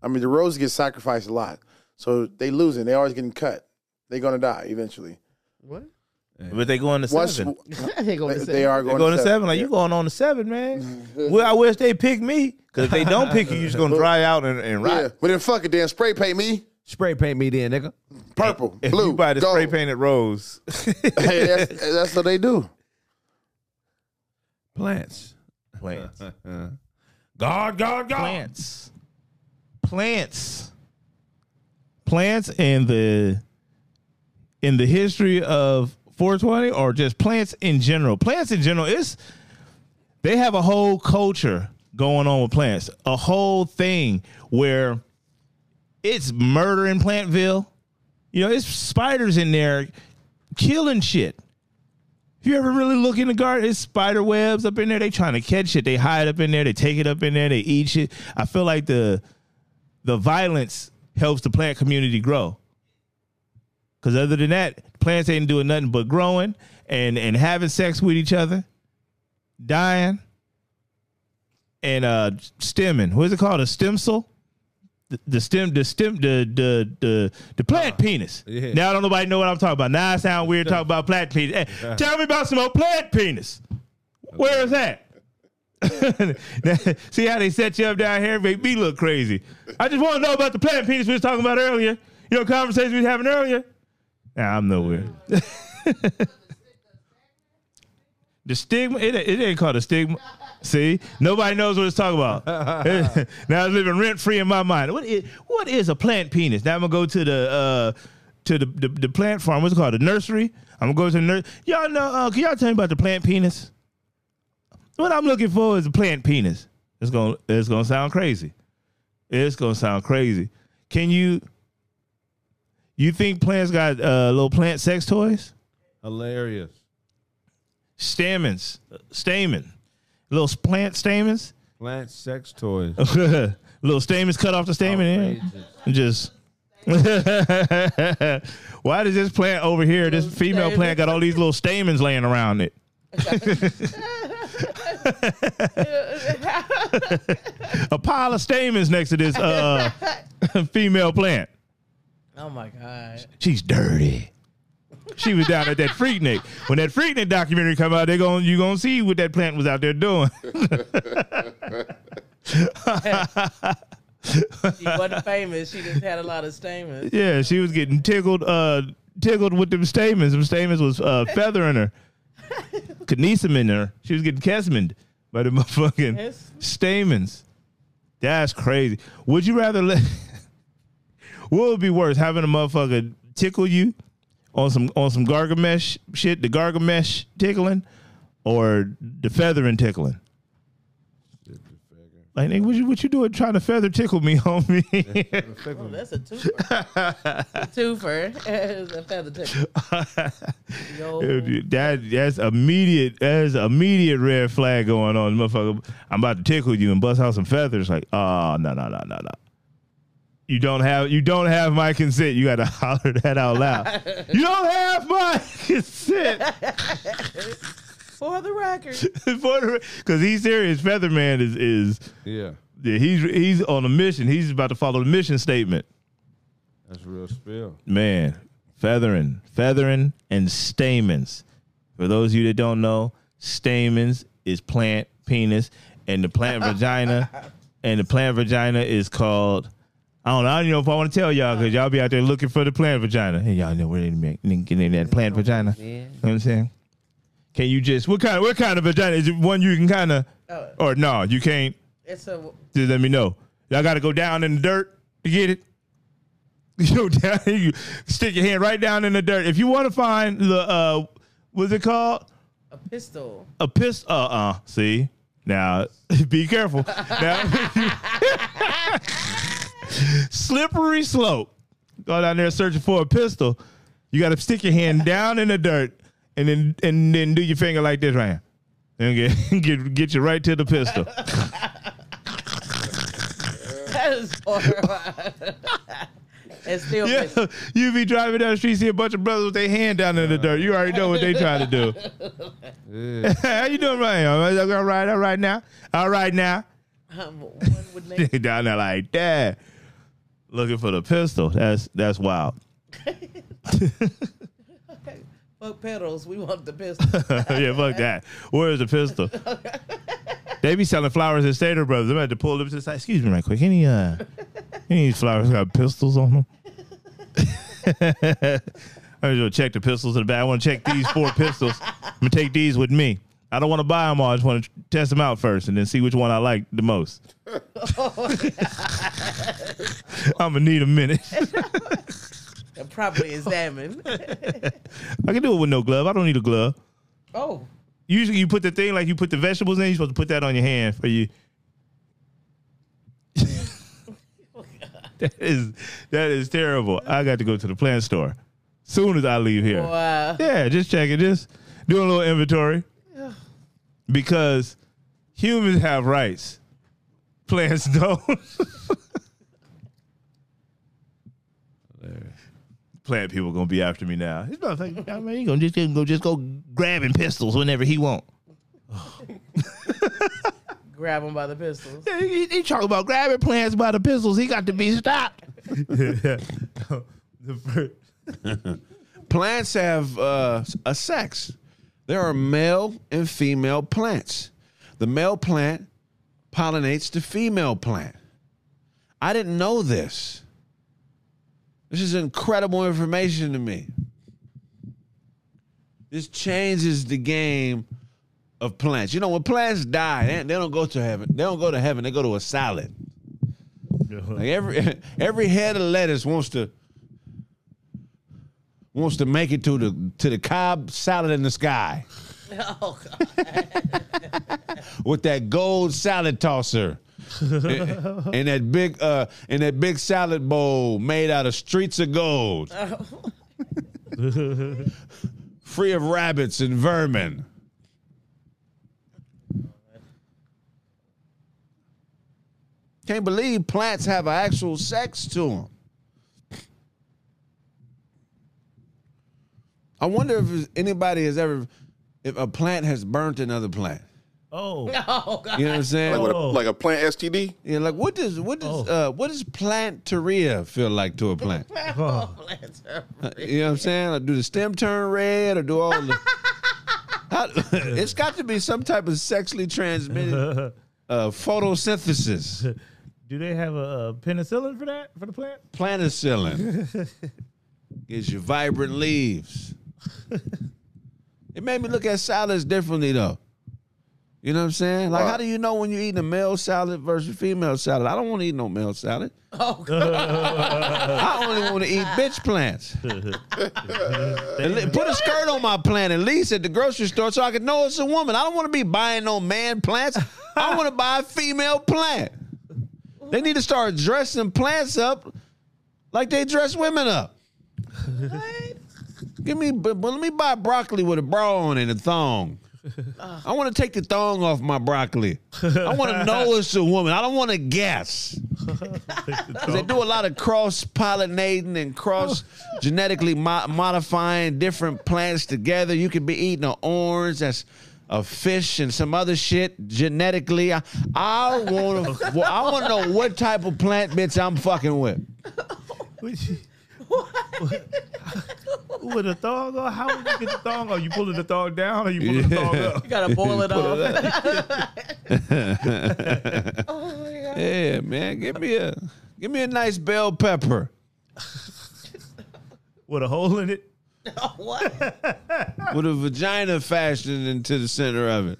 I mean, the rose gets sacrificed a lot, so they losing. They always getting cut. They're gonna die eventually. What? But they going to Once seven. they go they, to say. they are They going, going to seven. seven. Mm-hmm. Like you going on to seven, man. well, I wish they pick me because if they don't pick you, you're just gonna dry out and, and rot. Yeah, but then fuck it, then spray paint me Spray paint me then, nigga. purple, If blue, you buy the gold. spray painted rose, hey, that's, that's what they do. Plants. plants. God, God, God. plants, plants, plants in the in the history of 420, or just plants in general. Plants in general, it's they have a whole culture going on with plants, a whole thing where it's murder in Plantville. You know, it's spiders in there killing shit. If you ever really look in the garden, it's spider webs up in there. They trying to catch it. They hide up in there. They take it up in there. They eat shit. I feel like the the violence helps the plant community grow. Cause other than that, plants ain't doing nothing but growing and and having sex with each other, dying, and uh stemming. What is it called? A stem cell? The, the stem, the stem, the the the the plant penis. yeah. Now I don't nobody know what I'm talking about. Now I sound weird talking about plant penis. Hey, tell me about some old plant penis. Where is that? See how they set you up down here, make me look crazy. I just want to know about the plant penis we was talking about earlier. You know, conversation we was having earlier. Nah, I'm nowhere. the stigma, it, it ain't called a stigma. See, nobody knows what it's talking about. now it's living rent free in my mind. What is what is a plant penis? Now I'm gonna go to the uh, to the, the the plant farm. What's it called? The nursery. I'm gonna go to the nursery. Y'all know? Uh, can y'all tell me about the plant penis? What I'm looking for is a plant penis. It's gonna it's gonna sound crazy. It's gonna sound crazy. Can you you think plants got uh, little plant sex toys? Hilarious. Stamens, stamen, little s- plant stamens, Plant sex toys. little stamens cut off the stamen and- and just. Why does this plant over here, this female plant, got all these little stamens laying around it? a pile of stamens next to this uh, female plant. oh my god! She's dirty. She was down at that Freaknik. When that Freaknik documentary come out, they going you gonna see what that plant was out there doing. She wasn't famous. She just had a lot of stamens. yeah, she was getting tickled, uh, tickled with them stamens. Them stamens was uh, feathering her, kinesiming her. She was getting kesmined by the motherfucking Yes. stamens. That's crazy. Would you rather let? what would be worse, having a motherfucker tickle you on some on some Gargamesh shit, the Gargamesh tickling, or the feathering tickling? Like, nigga, what you what you doing trying to feather tickle me, homie? Oh, that's a twofer. It's a twofer. It's a feather tickle. Yo, If you- That that's immediate. That's immediate red flag going on, motherfucker. I'm about to tickle you and bust out some feathers. Like, oh no no no no no. You don't have you don't have my consent. You got to holler that out loud. you don't have my consent for the record, because he's serious. Featherman is is Yeah. yeah, he's he's on a mission. He's about to follow the mission statement. That's real spill. Man, feathering, feathering, and stamens. For those of you that don't know, stamens is plant penis, and the plant vagina, and the plant vagina is called. I don't know. I don't even know if I want to tell y'all because y'all be out there looking for the plant vagina. Hey, y'all know where they make getting in that plant vagina. You know what I'm saying? Can you just what kind? What kind of vagina is it? One you can kind of, Oh. or no, you can't. it's a Just let me know. Y'all got to go down in the dirt. You get it? You know, down, you stick your hand right down in the dirt. If you want to find the uh, what's it called? A pistol. A pistol. Uh uh. See now, be careful. Now, slippery slope. Go down there searching for a pistol. You got to stick your hand down in the dirt and then and then do your finger like this right here. and get get, get you right to the pistol. That is horrible. it's still Yeah, pistol. you be driving down the street, see a bunch of brothers with their hand down in the dirt. You already know what they trying to do. How you doing right now? All right, all right now, all right now. Um, one would name. down there like that, looking for the pistol. That's that's wild. Fuck pedals. We want the pistol. yeah, fuck that. Where is the pistol? they be selling flowers at Stater Brothers. I'm about to pull up to the side. Excuse me, right quick. Any uh, any of these flowers got pistols on them? I'm gonna check the pistols in the back. I want to check these four pistols. I'm gonna take these with me. I don't want to buy them all. I just want to test them out first and then see which one I like the most. I'm gonna need a minute. and properly examined. I can do it with no glove. I don't need a glove. oh, usually you put the thing like you put the vegetables in. You're supposed to put that on your hand for you. that is that is terrible. I got to go to the plant store soon as I leave here. wow. Yeah, just check it. Just do a little inventory because humans have rights. Plants don't. Plant people gonna be after me now. This motherfucker, I mean, he gonna just go just go grabbing pistols whenever he want. Grab him by the pistols. He, he, he talking about grabbing plants by the pistols. He got to be stopped. The first- plants have uh, a sex. There are male and female plants. The male plant pollinates the female plant. I didn't know this. This is incredible information to me. This changes the game of plants. You know, when plants die, they, they don't go to heaven. They don't go to heaven. They go to a salad. Like every every head of lettuce wants to wants to make it to the to the cob salad in the sky Oh, God. with that gold salad tosser and, and that big uh and that big salad bowl made out of streets of gold free of rabbits and vermin can't believe plants have an actual sex to them i wonder if anybody has ever if a plant has burnt another plant oh, Oh, God. you know what i'm saying Like, with a, Oh. like a plant STD? Yeah, like what does what does uh what does plantaria feel like to a plant? Uh, Plants are- you know what I'm saying? Like, do the stem turn red or do all the How- it's got to be some type of sexually transmitted uh, photosynthesis. do they have a, a penicillin for that for the plant? Planticillin gives you vibrant leaves. It made me look at salads differently though. You know what I'm saying? Like, Wow. how do you know when you're eating a male salad versus female salad? I don't want to eat no male salad. Oh, God. I only want to eat bitch plants. And li- Put a skirt on my plant at least at the grocery store so I can know it's a woman. I don't want to be buying no man plants. I want to buy a female plant. They need to start dressing plants up like they dress women up. Give me, but but let me buy broccoli with a bra on and a thong. I want to take the thong off my broccoli. I want to know it's a woman. I don't want to guess. 'Cause they do a lot of cross pollinating and cross genetically mo- modifying different plants together. You could be eating an orange that's a fish and some other shit genetically. I, I want to. well, I want to know what type of plant bitch I'm fucking with. With a thong on? How would you get the thong on? You pulling the thong down or you pulling the thong up? You got to boil it off. Yeah, man. Give me a give me a nice bell pepper With a hole in it? what? with a vagina fashioned into the center of it.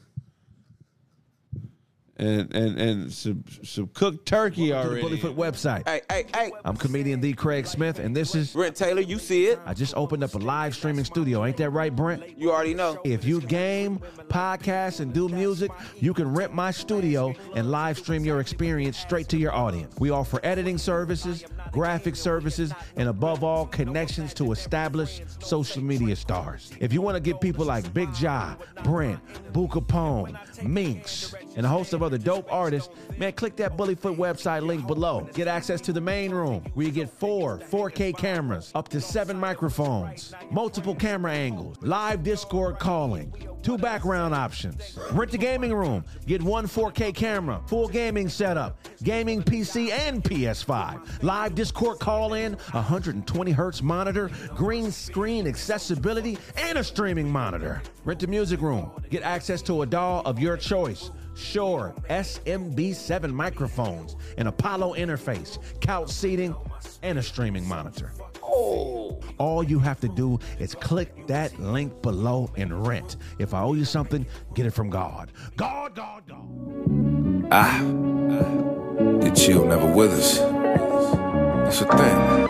and and and some some cooked turkey Welcome to the already. Bullyfoot website. Hey, hey, hey. I'm comedian D. Craig Smith, and this is Brent Taylor, you see it. I just opened up a live streaming studio. Ain't that right, Brent? You already know. If you game, podcast, and do music, you can rent my studio and live stream your experience straight to your audience. We offer editing services, graphic services, and above all, connections to established social media stars. If you want to get people like Big Ja, Brent, Boo Capone, Minx, and a host of other dope artists, man, click that Bullyfoot website link below. Get access to the main room where you get four 4K cameras, up to seven microphones, multiple camera angles, live Discord calling, two background options. Rent the gaming room, get one 4K camera, full gaming setup, gaming PC and PS5, live Discord call in, 120 hertz monitor, green screen accessibility, and a streaming monitor. Rent the music room, get access to a doll of your choice. Shure SMB7 microphones, an Apollo interface, couch seating, and a streaming monitor. All you have to do is click that link below and rent. If I owe you something, get it from God. God, God, God. Ah, the chill never withers. That's a thing.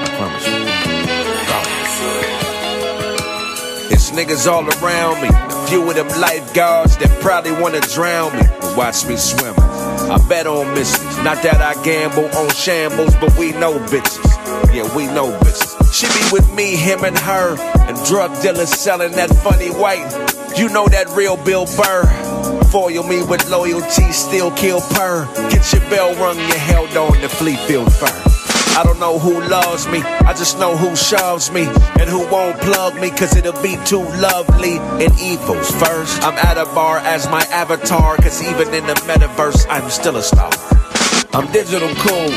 I promise you. Oh. It's niggas all around me. A few of them lifeguards that probably wanna drown me. But watch me swim. I bet on misses. Not that I gamble on shambles, but we know bitches. Yeah, we know bitches. She be with me, him, and her. And drug dealers selling that funny white. You know that real Bill Burr. Foil me with loyalty, still kill purr. Get your bell rung, you held on to flea field fur. I don't know who loves me, I just know who shoves me and who won't plug me, cause it'll be too lovely and evil's first. I'm at a bar as my avatar, cause even in the metaverse, I'm still a star. I'm digital cool,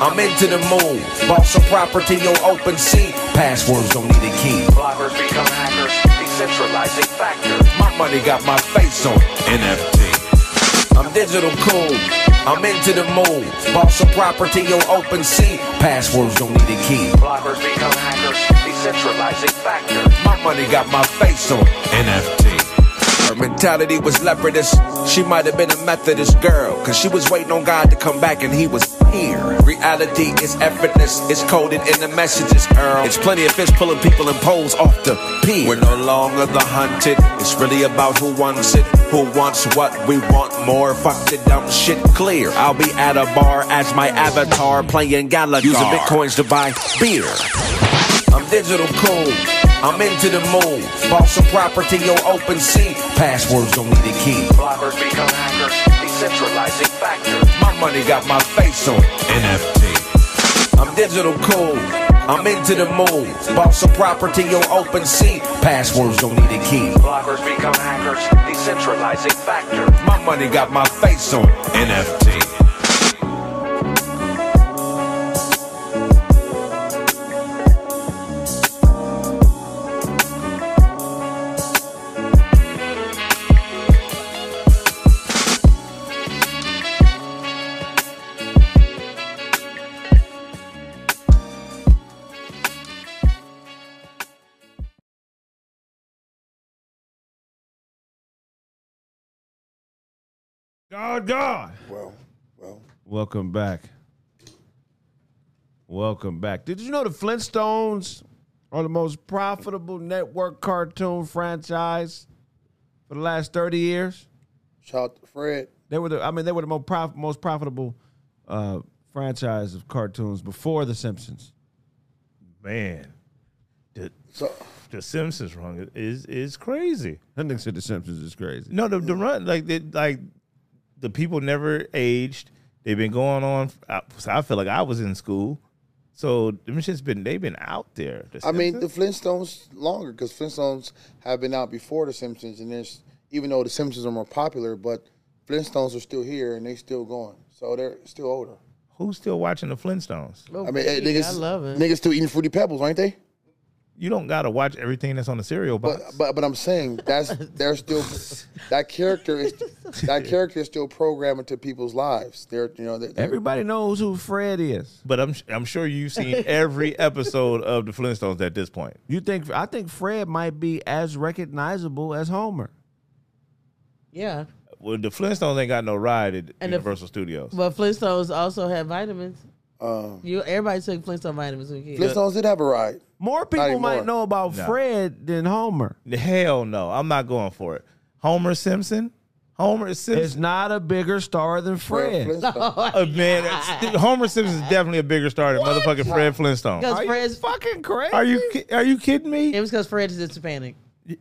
I'm into the move. Bought some property on open sea. Passwords don't need a key. Bloggers become hackers, decentralizing factors. My money got my face on it. NFT. I'm digital cool. I'm into the move. Bought some property on open sea. Passwords don't need a key. Bloggers become hackers. Decentralizing factor. My money got my face on it. NFT. Her mentality was leopardess. She might have been a Methodist girl, cause she was waiting on God to come back and he was here. Reality is effortless, it's coded in the messages, Earl. It's plenty of fish pulling people in poles off the pier. We're no longer the hunted, it's really about who wants it, who wants what we want more. Fuck the dumb shit clear. I'll be at a bar as my avatar playing Galaga, using bitcoins to buy beer. I'm digital cool. I'm into the move. Bought some property on open sea. Passwords don't need a key. Bloggers become hackers. Decentralizing factors. My money got my face on it. NFT. I'm digital cool. I'm into the move. Bought some property on open sea. Passwords don't need a key. Bloggers become hackers. Decentralizing factors. My money got my face on it. NFT. God, God. Well, well. Welcome back. Welcome back. Did you know the Flintstones are the most profitable network cartoon franchise for the last thirty years? Shout out to Fred. They were the. I mean, they were the most prof- most profitable uh, franchise of cartoons before The Simpsons. Man, the, So- the Simpsons wrong is is crazy. That nigga said The Simpsons is crazy. No, the, the run like they, like the people never aged. They've been going on. I, so I feel like I was in school. So them shit's been they've been out there. The I mean, the Simpsons? Flintstones longer because Flintstones have been out before the Simpsons, and there's even though the Simpsons are more popular, but Flintstones are still here and they still going, so they're still older. who's still watching the Flintstones? I mean, eh, niggas, I love it. niggas still eating fruity pebbles, aren't they? You don't gotta watch everything that's on the cereal box. But but but I'm saying that's they're still that character is that character is still programmed into people's lives. They're you know they're, they're- Everybody knows who Fred is. But I'm I'm sure you've seen every episode of the Flintstones at this point. You think? I think Fred might be as recognizable as Homer. Yeah. Well, the Flintstones ain't got no ride at And the- Universal Studios. But Flintstones also had vitamins. Um, you everybody took Flintstone vitamins when you kids. Flintstones did have a ride. More people might know about Fred than Homer. Hell no, I'm not going for it. Homer Simpson. Homer Simpson is not a bigger star than Fred. Uh, man, that's- Homer Simpson is definitely a bigger star than motherfucking Fred Flintstone. Because Fred's fucking crazy. Are you ki- are you kidding me? It was because Fred is Hispanic.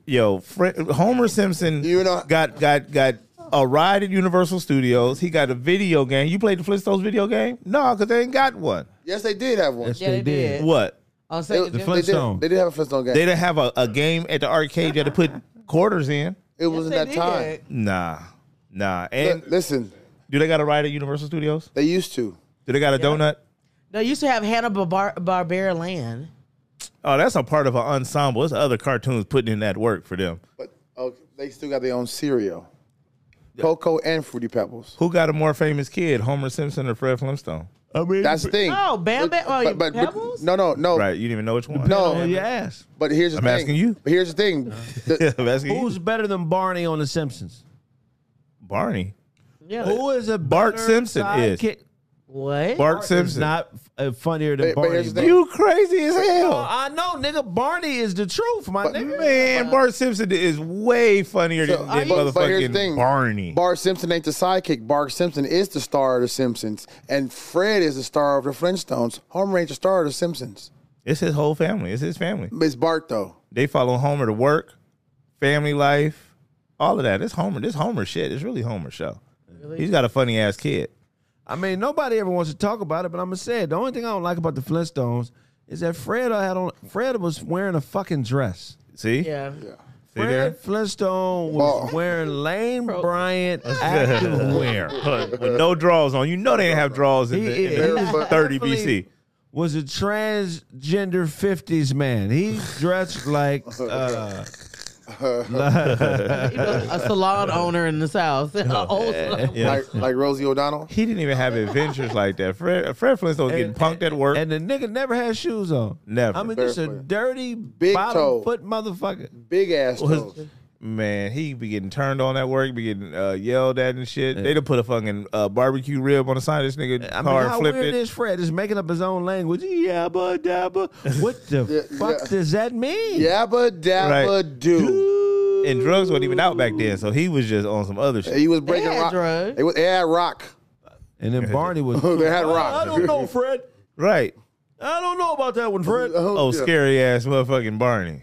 Yo, Fred, Homer Simpson got got got a ride at Universal Studios. He got a video game. You played the Flintstones video game? No, because they ain't got one. Yes, they did have one. Yes, Yeah, they they did. did. What? On They- second The they did- Flintstone. They did have a Flintstone game. They didn't have a, a game at the arcade. You had to put quarters in. it was in that time. Nah, nah. And listen, do they got a ride at Universal Studios? They used to. Do they got a donut? No, you used to have Hanna Barbar- Barbera Land. Oh, that's a part of an ensemble. It's other cartoons putting in that work for them. But oh, they still got their own cereal, Cocoa and Fruity Pebbles. Who got a more famous kid, Homer Simpson or Fred Flintstone? I mean, That's the thing. Oh, Bam Bam. Oh, but- but- Pebbles? No, no, no. Right, you didn't even know which one. Oh. No, yes. But here's the I'm thing. asking you. Uh-huh. But here's the thing. The- I'm asking you. Who's better than Barney on The Simpsons? Barney. Yeah. Who is a Bart better Simpson is. sidekick? What? Bart is Simpson. not uh, funnier than But- but Barney. here's the thing. You crazy as hell. No, Oh, I know, nigga. Barney is the truth, my nigga. Oh. Man, Bart Simpson is way funnier So, than, than but, but here's the motherfucking thing. Barney. Bart Simpson ain't the sidekick. Bart Simpson is the star of The Simpsons, and Fred is the star of The Flintstones. Homer ain't the star of The Simpsons. It's his whole family. It's his family. It's Bart though. They follow Homer to work, family life, all of that. It's Homer. This Homer shit. It's really Homer show. He's got a funny ass kid. I mean, nobody ever wants to talk about it, but I'm gonna say it. The only thing I don't like about the Flintstones is that Fred had on Fred was wearing a fucking dress. See? Yeah. See there? Oh. Fred Flintstone was wearing Lane Bryant activewear. Look, With no draws on. You know they didn't have draws in, He the, in is the very 30 funny. BC. Was a transgender '50s man. He dressed like uh, You know, a salon owner in the South. An old salon. Yeah. Like, like Rosie O'Donnell. He didn't even have adventures like that. Fred, Fred Flintstone was getting punked at work. and the nigga never had shoes on. Never. I mean, just a Barefoot. dirty Big bottom toe. foot motherfucker. Big ass Was- toes. Man, he be getting turned on at work, be getting uh, yelled at and shit. They done put a fucking uh, barbecue rib on the side of this nigga I mean, car and how flipped weird it. is Fred? Is making up his own language. Yabba dabba. What the Yeah, fuck yeah. does that mean? Yabba dabba do. And drugs wasn't even out back then, so he was just on some other shit. He was breaking Yeah, rock. drug. It was they had rock. And then Barney was. they had "Oh, I rock. don't know, Fred. Right. I don't know about that one, Fred. Oh, yeah. scary ass motherfucking Barney.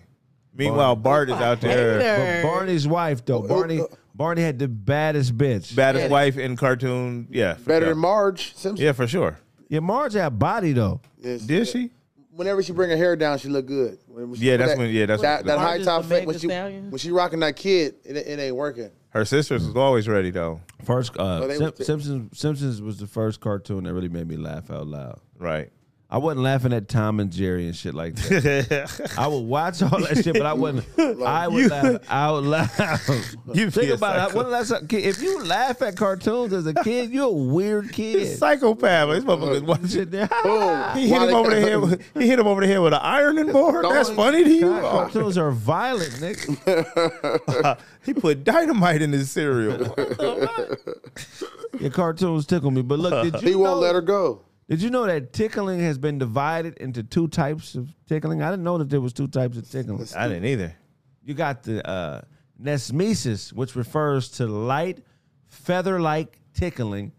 Meanwhile, Bart is out there, But Barney's wife though, Oh. Barney. Barney had the baddest bitch. baddest wife in cartoon. Yeah. for Better sure. than Marge Simpson. Yeah, for sure. yeah, Marge had body though. Yes. Did she? Whenever she bring her hair down, she look good. When she Yeah, put that's that, when- yeah, that's that, when- that high Marge's top the fit. Meg When Thee she Stallion? when she rocking that kid, it, it ain't working. Her sisters was always ready though. First, uh, they Sim- was the- Simpsons. Simpsons was the first cartoon that really made me laugh out loud. Right. I wasn't laughing at Tom and Jerry and shit like that. you I would watch all that shit, but I wasn't. I would You- laugh out loud. You be think a about it. psycho. When last time- kid, if you laugh at cartoons as a kid, you're a weird kid. psychopath. This motherfucker's watching. Shit, there- He hit him over the head. With, he hit him over the head with an ironing board. That's funny to you. Oh, Cartoons are violent, nigga. he put dynamite in his cereal. Your cartoons tickle me. But look, did you He won't know- let her go. Did you know that tickling has been divided into two types of tickling? I didn't know that there was two types of tickling. I didn't either. You got the uh, nesmesis, which refers to light, feather-like tickling,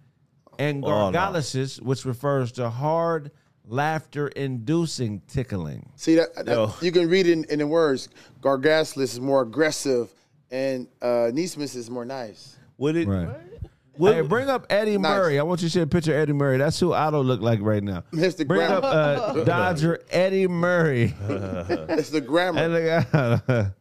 and Oh, no. gargalesis, which refers to hard, laughter-inducing tickling. See that, that- Yo. you can read it in, in the words. Gargasless is more aggressive, and uh, Neesmith is more nice. Would it? hey, bring up Eddie Nice. Murray. I want you to see a picture of Eddie Murray. That's who Otto look like right now. It's the Bring up grammar. uh, Dodger Eddie Murray. It's the grammar. Hey, look at-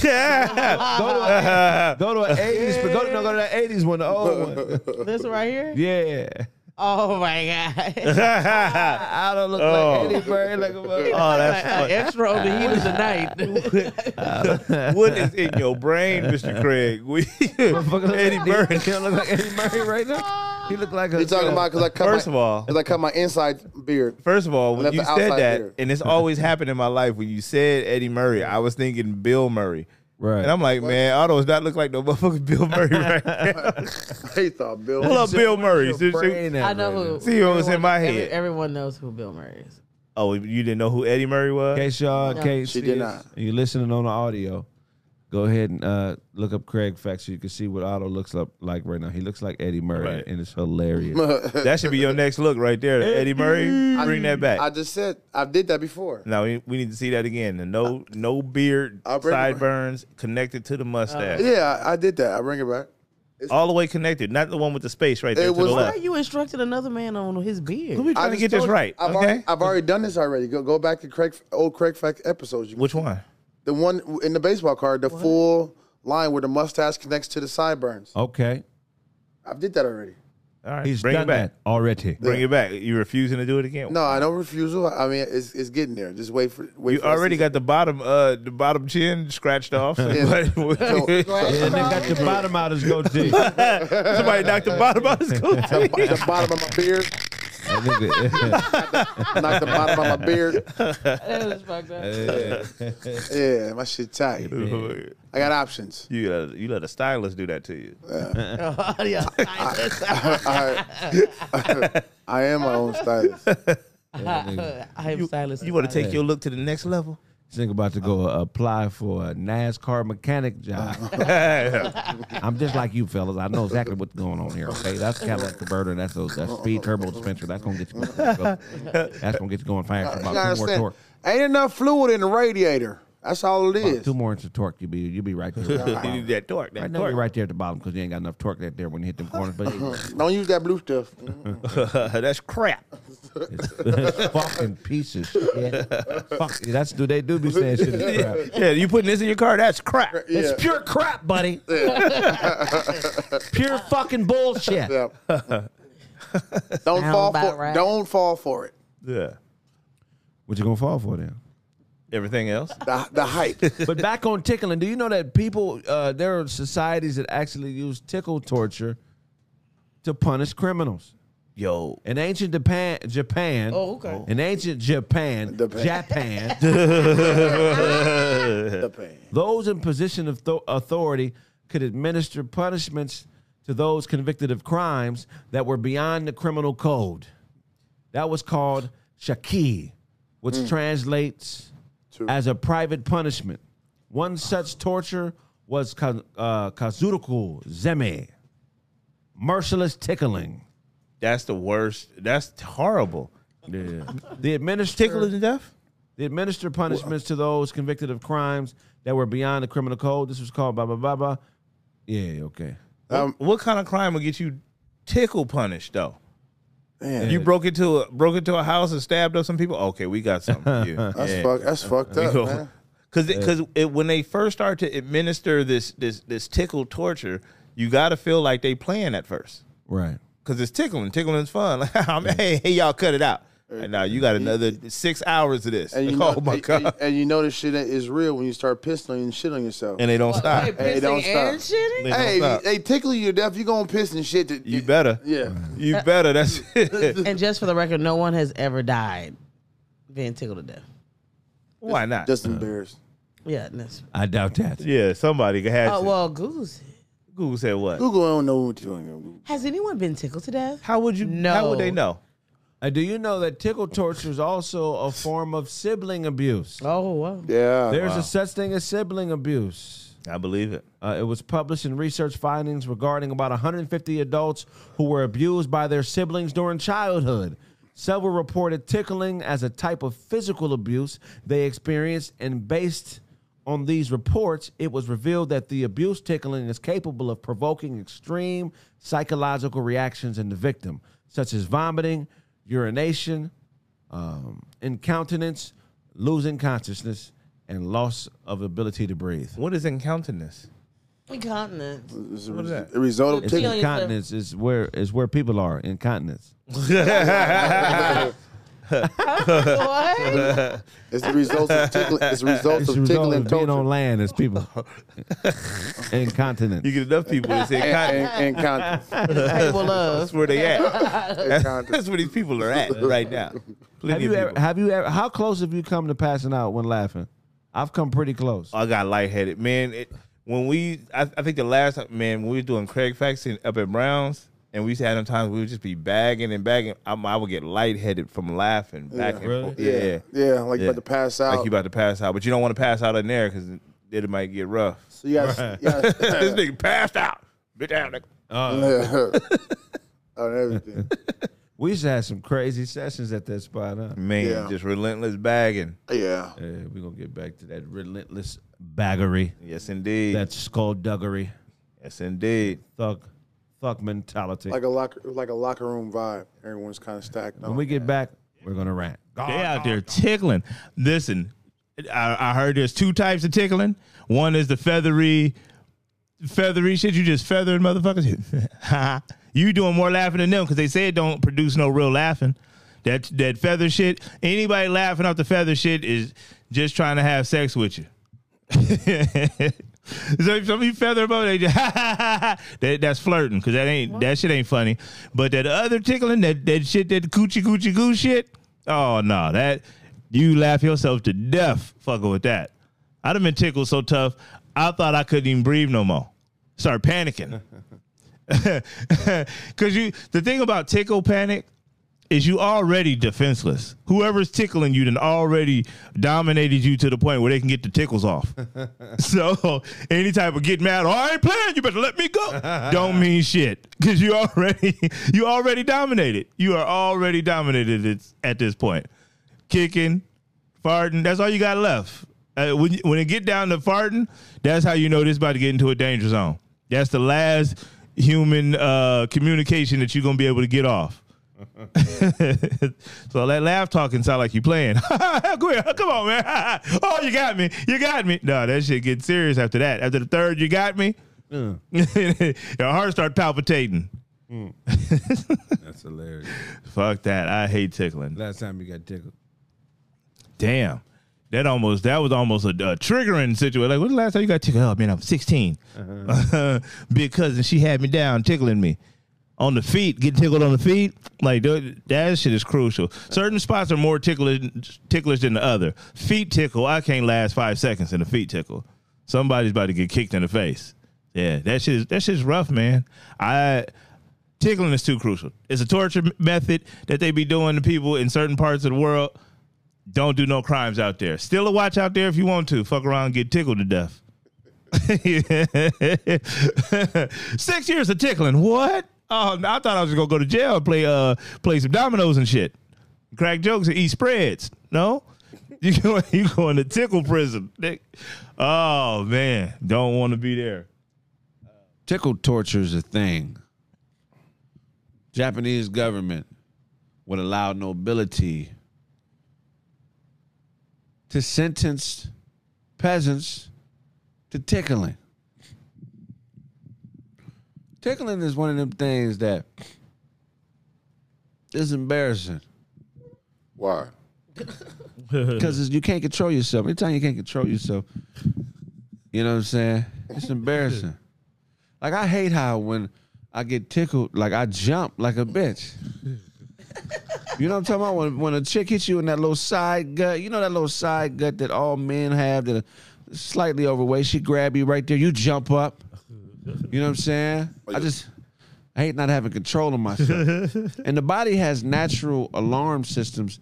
go to a, go to an eighties, but go to no, go to that eighties one, the old one. This one right here? Yeah, Oh my God. oh, I don't look Oh. like Eddie Bird, like a mother- An that's extra on the heat of the night. funny. what is in your brain, Mister Craig? We- Eddie Murray. He don't look like Eddie Murray right now. He look like a. uh, you talking about because I cut First my, of all- 'cause I cut my inside beard. First of all, I when left you the said outside that, there. and it's always happened in my life, when you said Eddie Murray, I was thinking Bill Murray. Right. And I'm like, man, Otto does not look like no motherfucking Bill Murray right now. He thought Bill. Pull up Bill Murray. Your Just- brain at I know right who- now. See what was in everyone- my every- head. everyone knows who Bill Murray is. Oh, you didn't know who Eddie Murray was? case y'all, No. case She did is- not. and You're listening on the audio. Go ahead and uh, look up Craig facts so you can see what Otto looks up like right now. He looks like Eddie Murray, Right. and it's hilarious. that should be your next look right there, Eddie Murray. I- bring that back. I just said I did that before. now we, we need to see that again. The no no beard, I'll bring it back. sideburns connected to the mustache, Yeah, I, I did that. I bring it back. all the way connected. Not the one with the space right there It to the was- Why are left. you instructing another man on his beard? Uh. we trying to just get this told you. right, I've, okay? already, I've already done this already. Go go back to Craig old Craig Fact episodes. You- Which one? The one in the baseball card, the full line where the mustache connects to the sideburns. Okay, I've did that already. All right, he's bring done it back. that already. Bring it back. You refusing to do it again? No, I no refusal. I mean, it's it's getting there. Just wait for wait. You for us already to- got the bottom uh the bottom chin scratched off. Yeah. But- So- And they got the bottom out his goatee. Somebody knocked the bottom out of his the, goatee. the bottom of my beard, not the bottom of my beard. That was fucked up. Yeah, my shit tight. I got options. You let, you let a stylist do that to you. Yeah. I, I am my own stylist. I am silent. You want to take your look to the next level? Think about to go apply for a NASCAR mechanic job. I'm just like you fellas. I know exactly what's going on here. Okay, that's Cadillac converter. That's those. That's speed turbo dispenser. That's gonna get you. That's gonna get you going fast. Uh, You About two more understand? torque. Ain't enough fluid in the radiator. That's all it About is. two more inches of torque. You be you be right there. at the you bottom. need that torque. That Right now torque. you're right there at the bottom because you ain't got enough torque right there when you hit them corners. But it's, Don't use that blue stuff. Mm, That's crap. it's fucking pieces. shit. Fuck. That's do they do be saying shit. is crap. Yeah, you putting this in your car? That's crap. It's pure crap, buddy. pure fucking bullshit. Yep. don't fall about for. right. Don't fall for it. Yeah. What you gonna fall for then? Everything else? The, the hype. But back on tickling, do you know that people uh, there are societies that actually use tickle torture to punish criminals? Yo. In ancient Japan, Japan. Oh, okay. In ancient Japan, Japan. Japan, the pain. those in position of tho- authority could administer punishments to those convicted of crimes that were beyond the criminal code. That was called shaki, which translates as a private punishment. One such torture was ka- uh, kazuruku zeme, merciless tickling. That's the worst. That's horrible. Yeah. The Tickling administer to death? the administer punishments to those convicted of crimes that were beyond the criminal code. This was called blah blah blah blah. Yeah, okay. Um, What kind of crime would get you tickle punished though? man, You broke into a broke into a house and stabbed up some people. Okay, we got something for you. that's Yeah. Oh fuck. That's fucked up, man. Because because it, when they first start to administer this this this tickle torture, you got to feel like they playing at first Right. because it's tickling. Tickling is fun. Like, I'm, hey, hey, y'all, cut it out. Uh, And now you got another six hours of this. And you oh know, my and- god! And, you know this shit is real when you start pissing on you and shit on yourself. and they don't stop. Hey, don't and stop. shitting? They don't Hey, stop. if you- they tickle you to death. You gonna piss and shit. To, you better. Mm-hmm. Yeah. You better. That's it. And just for the record, no one has ever died being tickled to death. Why not? Just embarrassed. Yeah, and that's. I doubt that. yeah. Somebody had Oh to. well, Goose. Google said what? Google don't know what you're doing. Has anyone been tickled to death? How would you? No. How would they know? Uh, do you know that tickle torture is also a form of sibling abuse? Oh wow. Yeah. There's a such thing as sibling abuse. I believe it. Uh, it was published in research findings regarding about 150 adults who were abused by their siblings during childhood. Several reported tickling as a type of physical abuse they experienced, and based on these reports, it was revealed that the abuse tickling is capable of provoking extreme psychological reactions in the victim, such as vomiting, urination, um, incontinence, losing consciousness, and loss of ability to breathe. What is incontinence? Incontinence. It's a, What is that? a result of It's tickling. feeling- incontinence is where is where people are incontinence. what? uh, It's the result of tickling. It's the result It's of the result tickling of being on torture. land is people incontinent. You get enough people that say And, incontinence. and, and con- Table uh, That's of. where they at. and con- That's where these people are at right now. Plenty Have you of ever? people. Have you ever? How close have you come to passing out when laughing? I've come pretty close. Oh, I got lightheaded, man. It, when we, I, I think the last time, man, when we were doing Craig Faxon up at Browns, and we used to have them times we would just be bagging and bagging. I, I would get lightheaded from laughing back Yeah. and Really? forth. Yeah. Yeah, Yeah, like about to pass out. Like you about to pass out, but you don't want to pass out in there because it might get rough. So you gotta- you gotta- this nigga passed out. Bitch, out. nigga. on everything. We used to have some crazy sessions at that spot, huh? Man, Yeah. just relentless bagging. Yeah. Yeah, we're gonna get back to that relentless baggery. Yes, indeed. That skullduggery. Yes, indeed. Thug thug mentality. Like a locker, like a locker room vibe. Everyone's kind of stacked. when we get back, we're gonna rant. they out there tickling. Listen, I, I heard there's two types of tickling. One is the feathery, feathery shit. You just feathering motherfuckers. you doing more laughing than them because they say it don't produce no real laughing. That that feather shit. Anybody laughing off the feather shit is just trying to have sex with you. so if somebody feather about they just that, that's flirting because that ain't that shit ain't funny. But that other tickling that that shit that coochie coochie goo shit. Oh no, that you laugh yourself to death fucking with that. I'd have been tickled so tough I thought I couldn't even breathe no more. Start panicking. Cause you the thing about tickle panic is you already defenseless. Whoever's tickling you then already dominated you to the point where they can get the tickles off. so any type of get mad, oh, I ain't playing, you better let me go. Don't mean shit. Cause you already you already dominated. You are already dominated at- at this point. Kicking, farting, that's all you got left. Uh, when, you- when it get down to farting, that's how you know this about to get into a danger zone. That's the last human uh, communication that you're gonna be able to get off. so that laugh talking sound like you playing. Come here, come on, man. oh, you got me. You got me. No, that shit gets serious after that. After the third, you got me. Yeah. Your heart start palpitating. That's hilarious. Fuck that. I hate tickling. Last time you got tickled. Damn. That almost that was almost a, a triggering situation. Like, when's the last time you got tickled? Oh man, I'm 16. Big cousin, she had me down tickling me on the feet. Get tickled on the feet. Like dude, that shit is crucial. Certain spots are more ticklish, ticklish than the other. Feet tickle. I can't last five seconds in a feet tickle. Somebody's about to get kicked in the face. Yeah, that shit is that shit's rough, man. I tickling is too crucial. It's a torture method that they be doing to people in certain parts of the world don't do no crimes out there. Still a watch out there if you want to. Fuck around and get tickled to death. Six years of tickling. What? Oh, I thought I was just gonna go to jail and play uh play some dominoes and shit. Crack jokes and eat spreads. No? You going you going to tickle prison. Nick. Oh man. Don't want to be there. Tickle torture is a thing. Japanese government would allow nobility to sentence peasants to tickling. Tickling is one of them things that is embarrassing. Why? Because you can't control yourself. Anytime you can't control yourself, you know what I'm saying? It's embarrassing. Like I hate how when I get tickled, like I jump like a bitch. You know what I'm talking about? When when a chick hits you in that little side gut, you know that little side gut that all men have that are slightly overweight. She grab you right there, you jump up. You know what I'm saying? I just I hate not having control of myself. and the body has natural alarm systems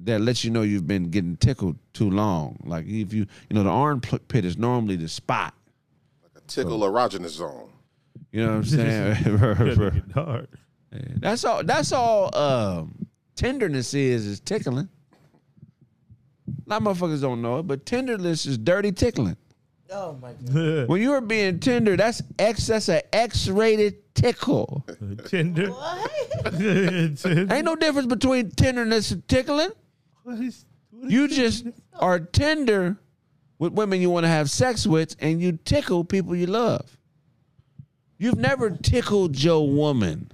that lets you know you've been getting tickled too long. Like if you, you know, the armpit is normally the spot. Tickle Oh. erogenous zone. You know what I'm saying? Yeah, That's all. That's all. Um, tenderness is is tickling. A lot of motherfuckers don't know it, but tenderness is dirty tickling. Oh my god. when you are being tender, that's X. That's an X-rated tickle. Tinder. Ain't no difference between tenderness and tickling. You just are tender with women you want to have sex with, and you tickle people you love. You've never tickled your woman.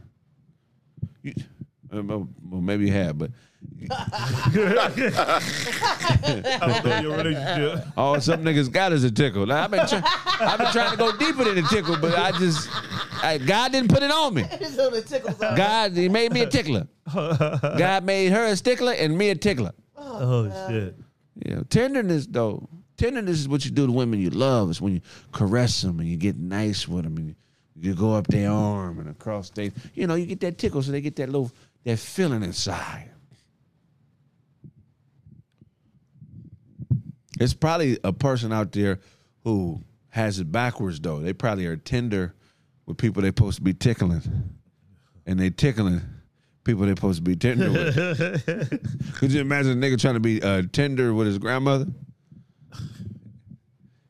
You, uh, well, maybe you have, but your relationship. all some niggas got is a tickle. Now, I've been try- I've been trying to go deeper than a tickle, but I just I, God didn't put it on me. so the tickles are. God, He made me a tickler. God made her a stickler and me a tickler. Oh shit. Yeah, tenderness though. Tenderness is what you do to women you love. It's when you caress them and you get nice with them and you, you go up their arm and across their. You know, you get that tickle, so they get that little that feeling inside. It's probably a person out there who has it backwards though. They probably are tender with people they're supposed to be tickling, and they tickling people they're supposed to be tender with. Could you imagine a nigga trying to be uh, tender with his grandmother?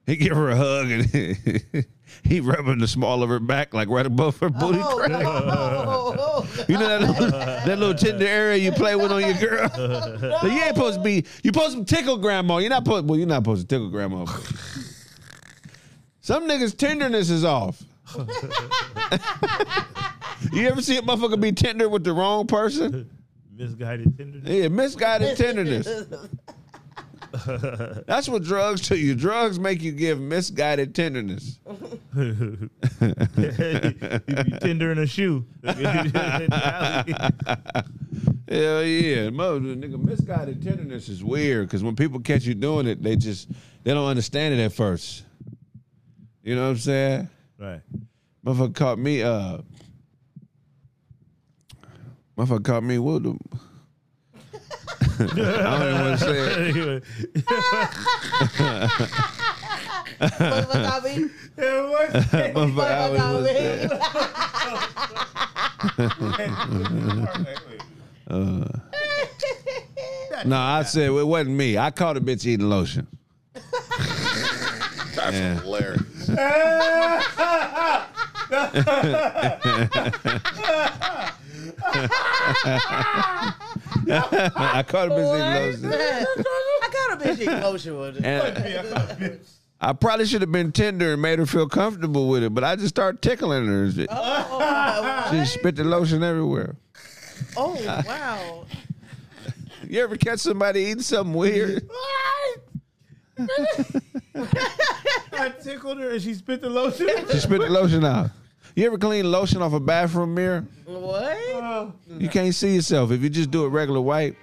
He give her a hug and he rubbing the small of her back like right above her booty Oh, Oh, crack. You know that little, that little tender area you play with on your girl. Like, you ain't supposed to be. You supposed to tickle grandma. You're not supposed. Well, you're not supposed to tickle grandma. Some niggas tenderness is off. you ever see a motherfucker be tender with the wrong person? Misguided tenderness. Yeah, misguided tenderness. That's what drugs do you. Drugs make you give misguided tenderness. you be tender in a shoe. Hell yeah, Mo, nigga, misguided tenderness is weird because when people catch you doing it, they just they don't understand it at first. You know what I'm saying? Right. Motherfucker caught me. Uh, motherfucker caught me. What? The, I don't even want to say it. Motherfucker, I was gonna say it. Uh, no, I said it wasn't me. I caught a bitch eating lotion. That's Yeah. hilarious. I caught a bitch eating lotion. I got a bitch emotion with it. And- I probably should have been tender and made her feel comfortable with it, but I just started tickling her. and shit. Oh, wow. She spit the lotion everywhere. Oh, wow. You ever catch somebody eating something weird? I tickled her and she spit the lotion. She spit the lotion out. You ever clean lotion off a bathroom mirror? What? You can't see yourself if you just do a regular wipe.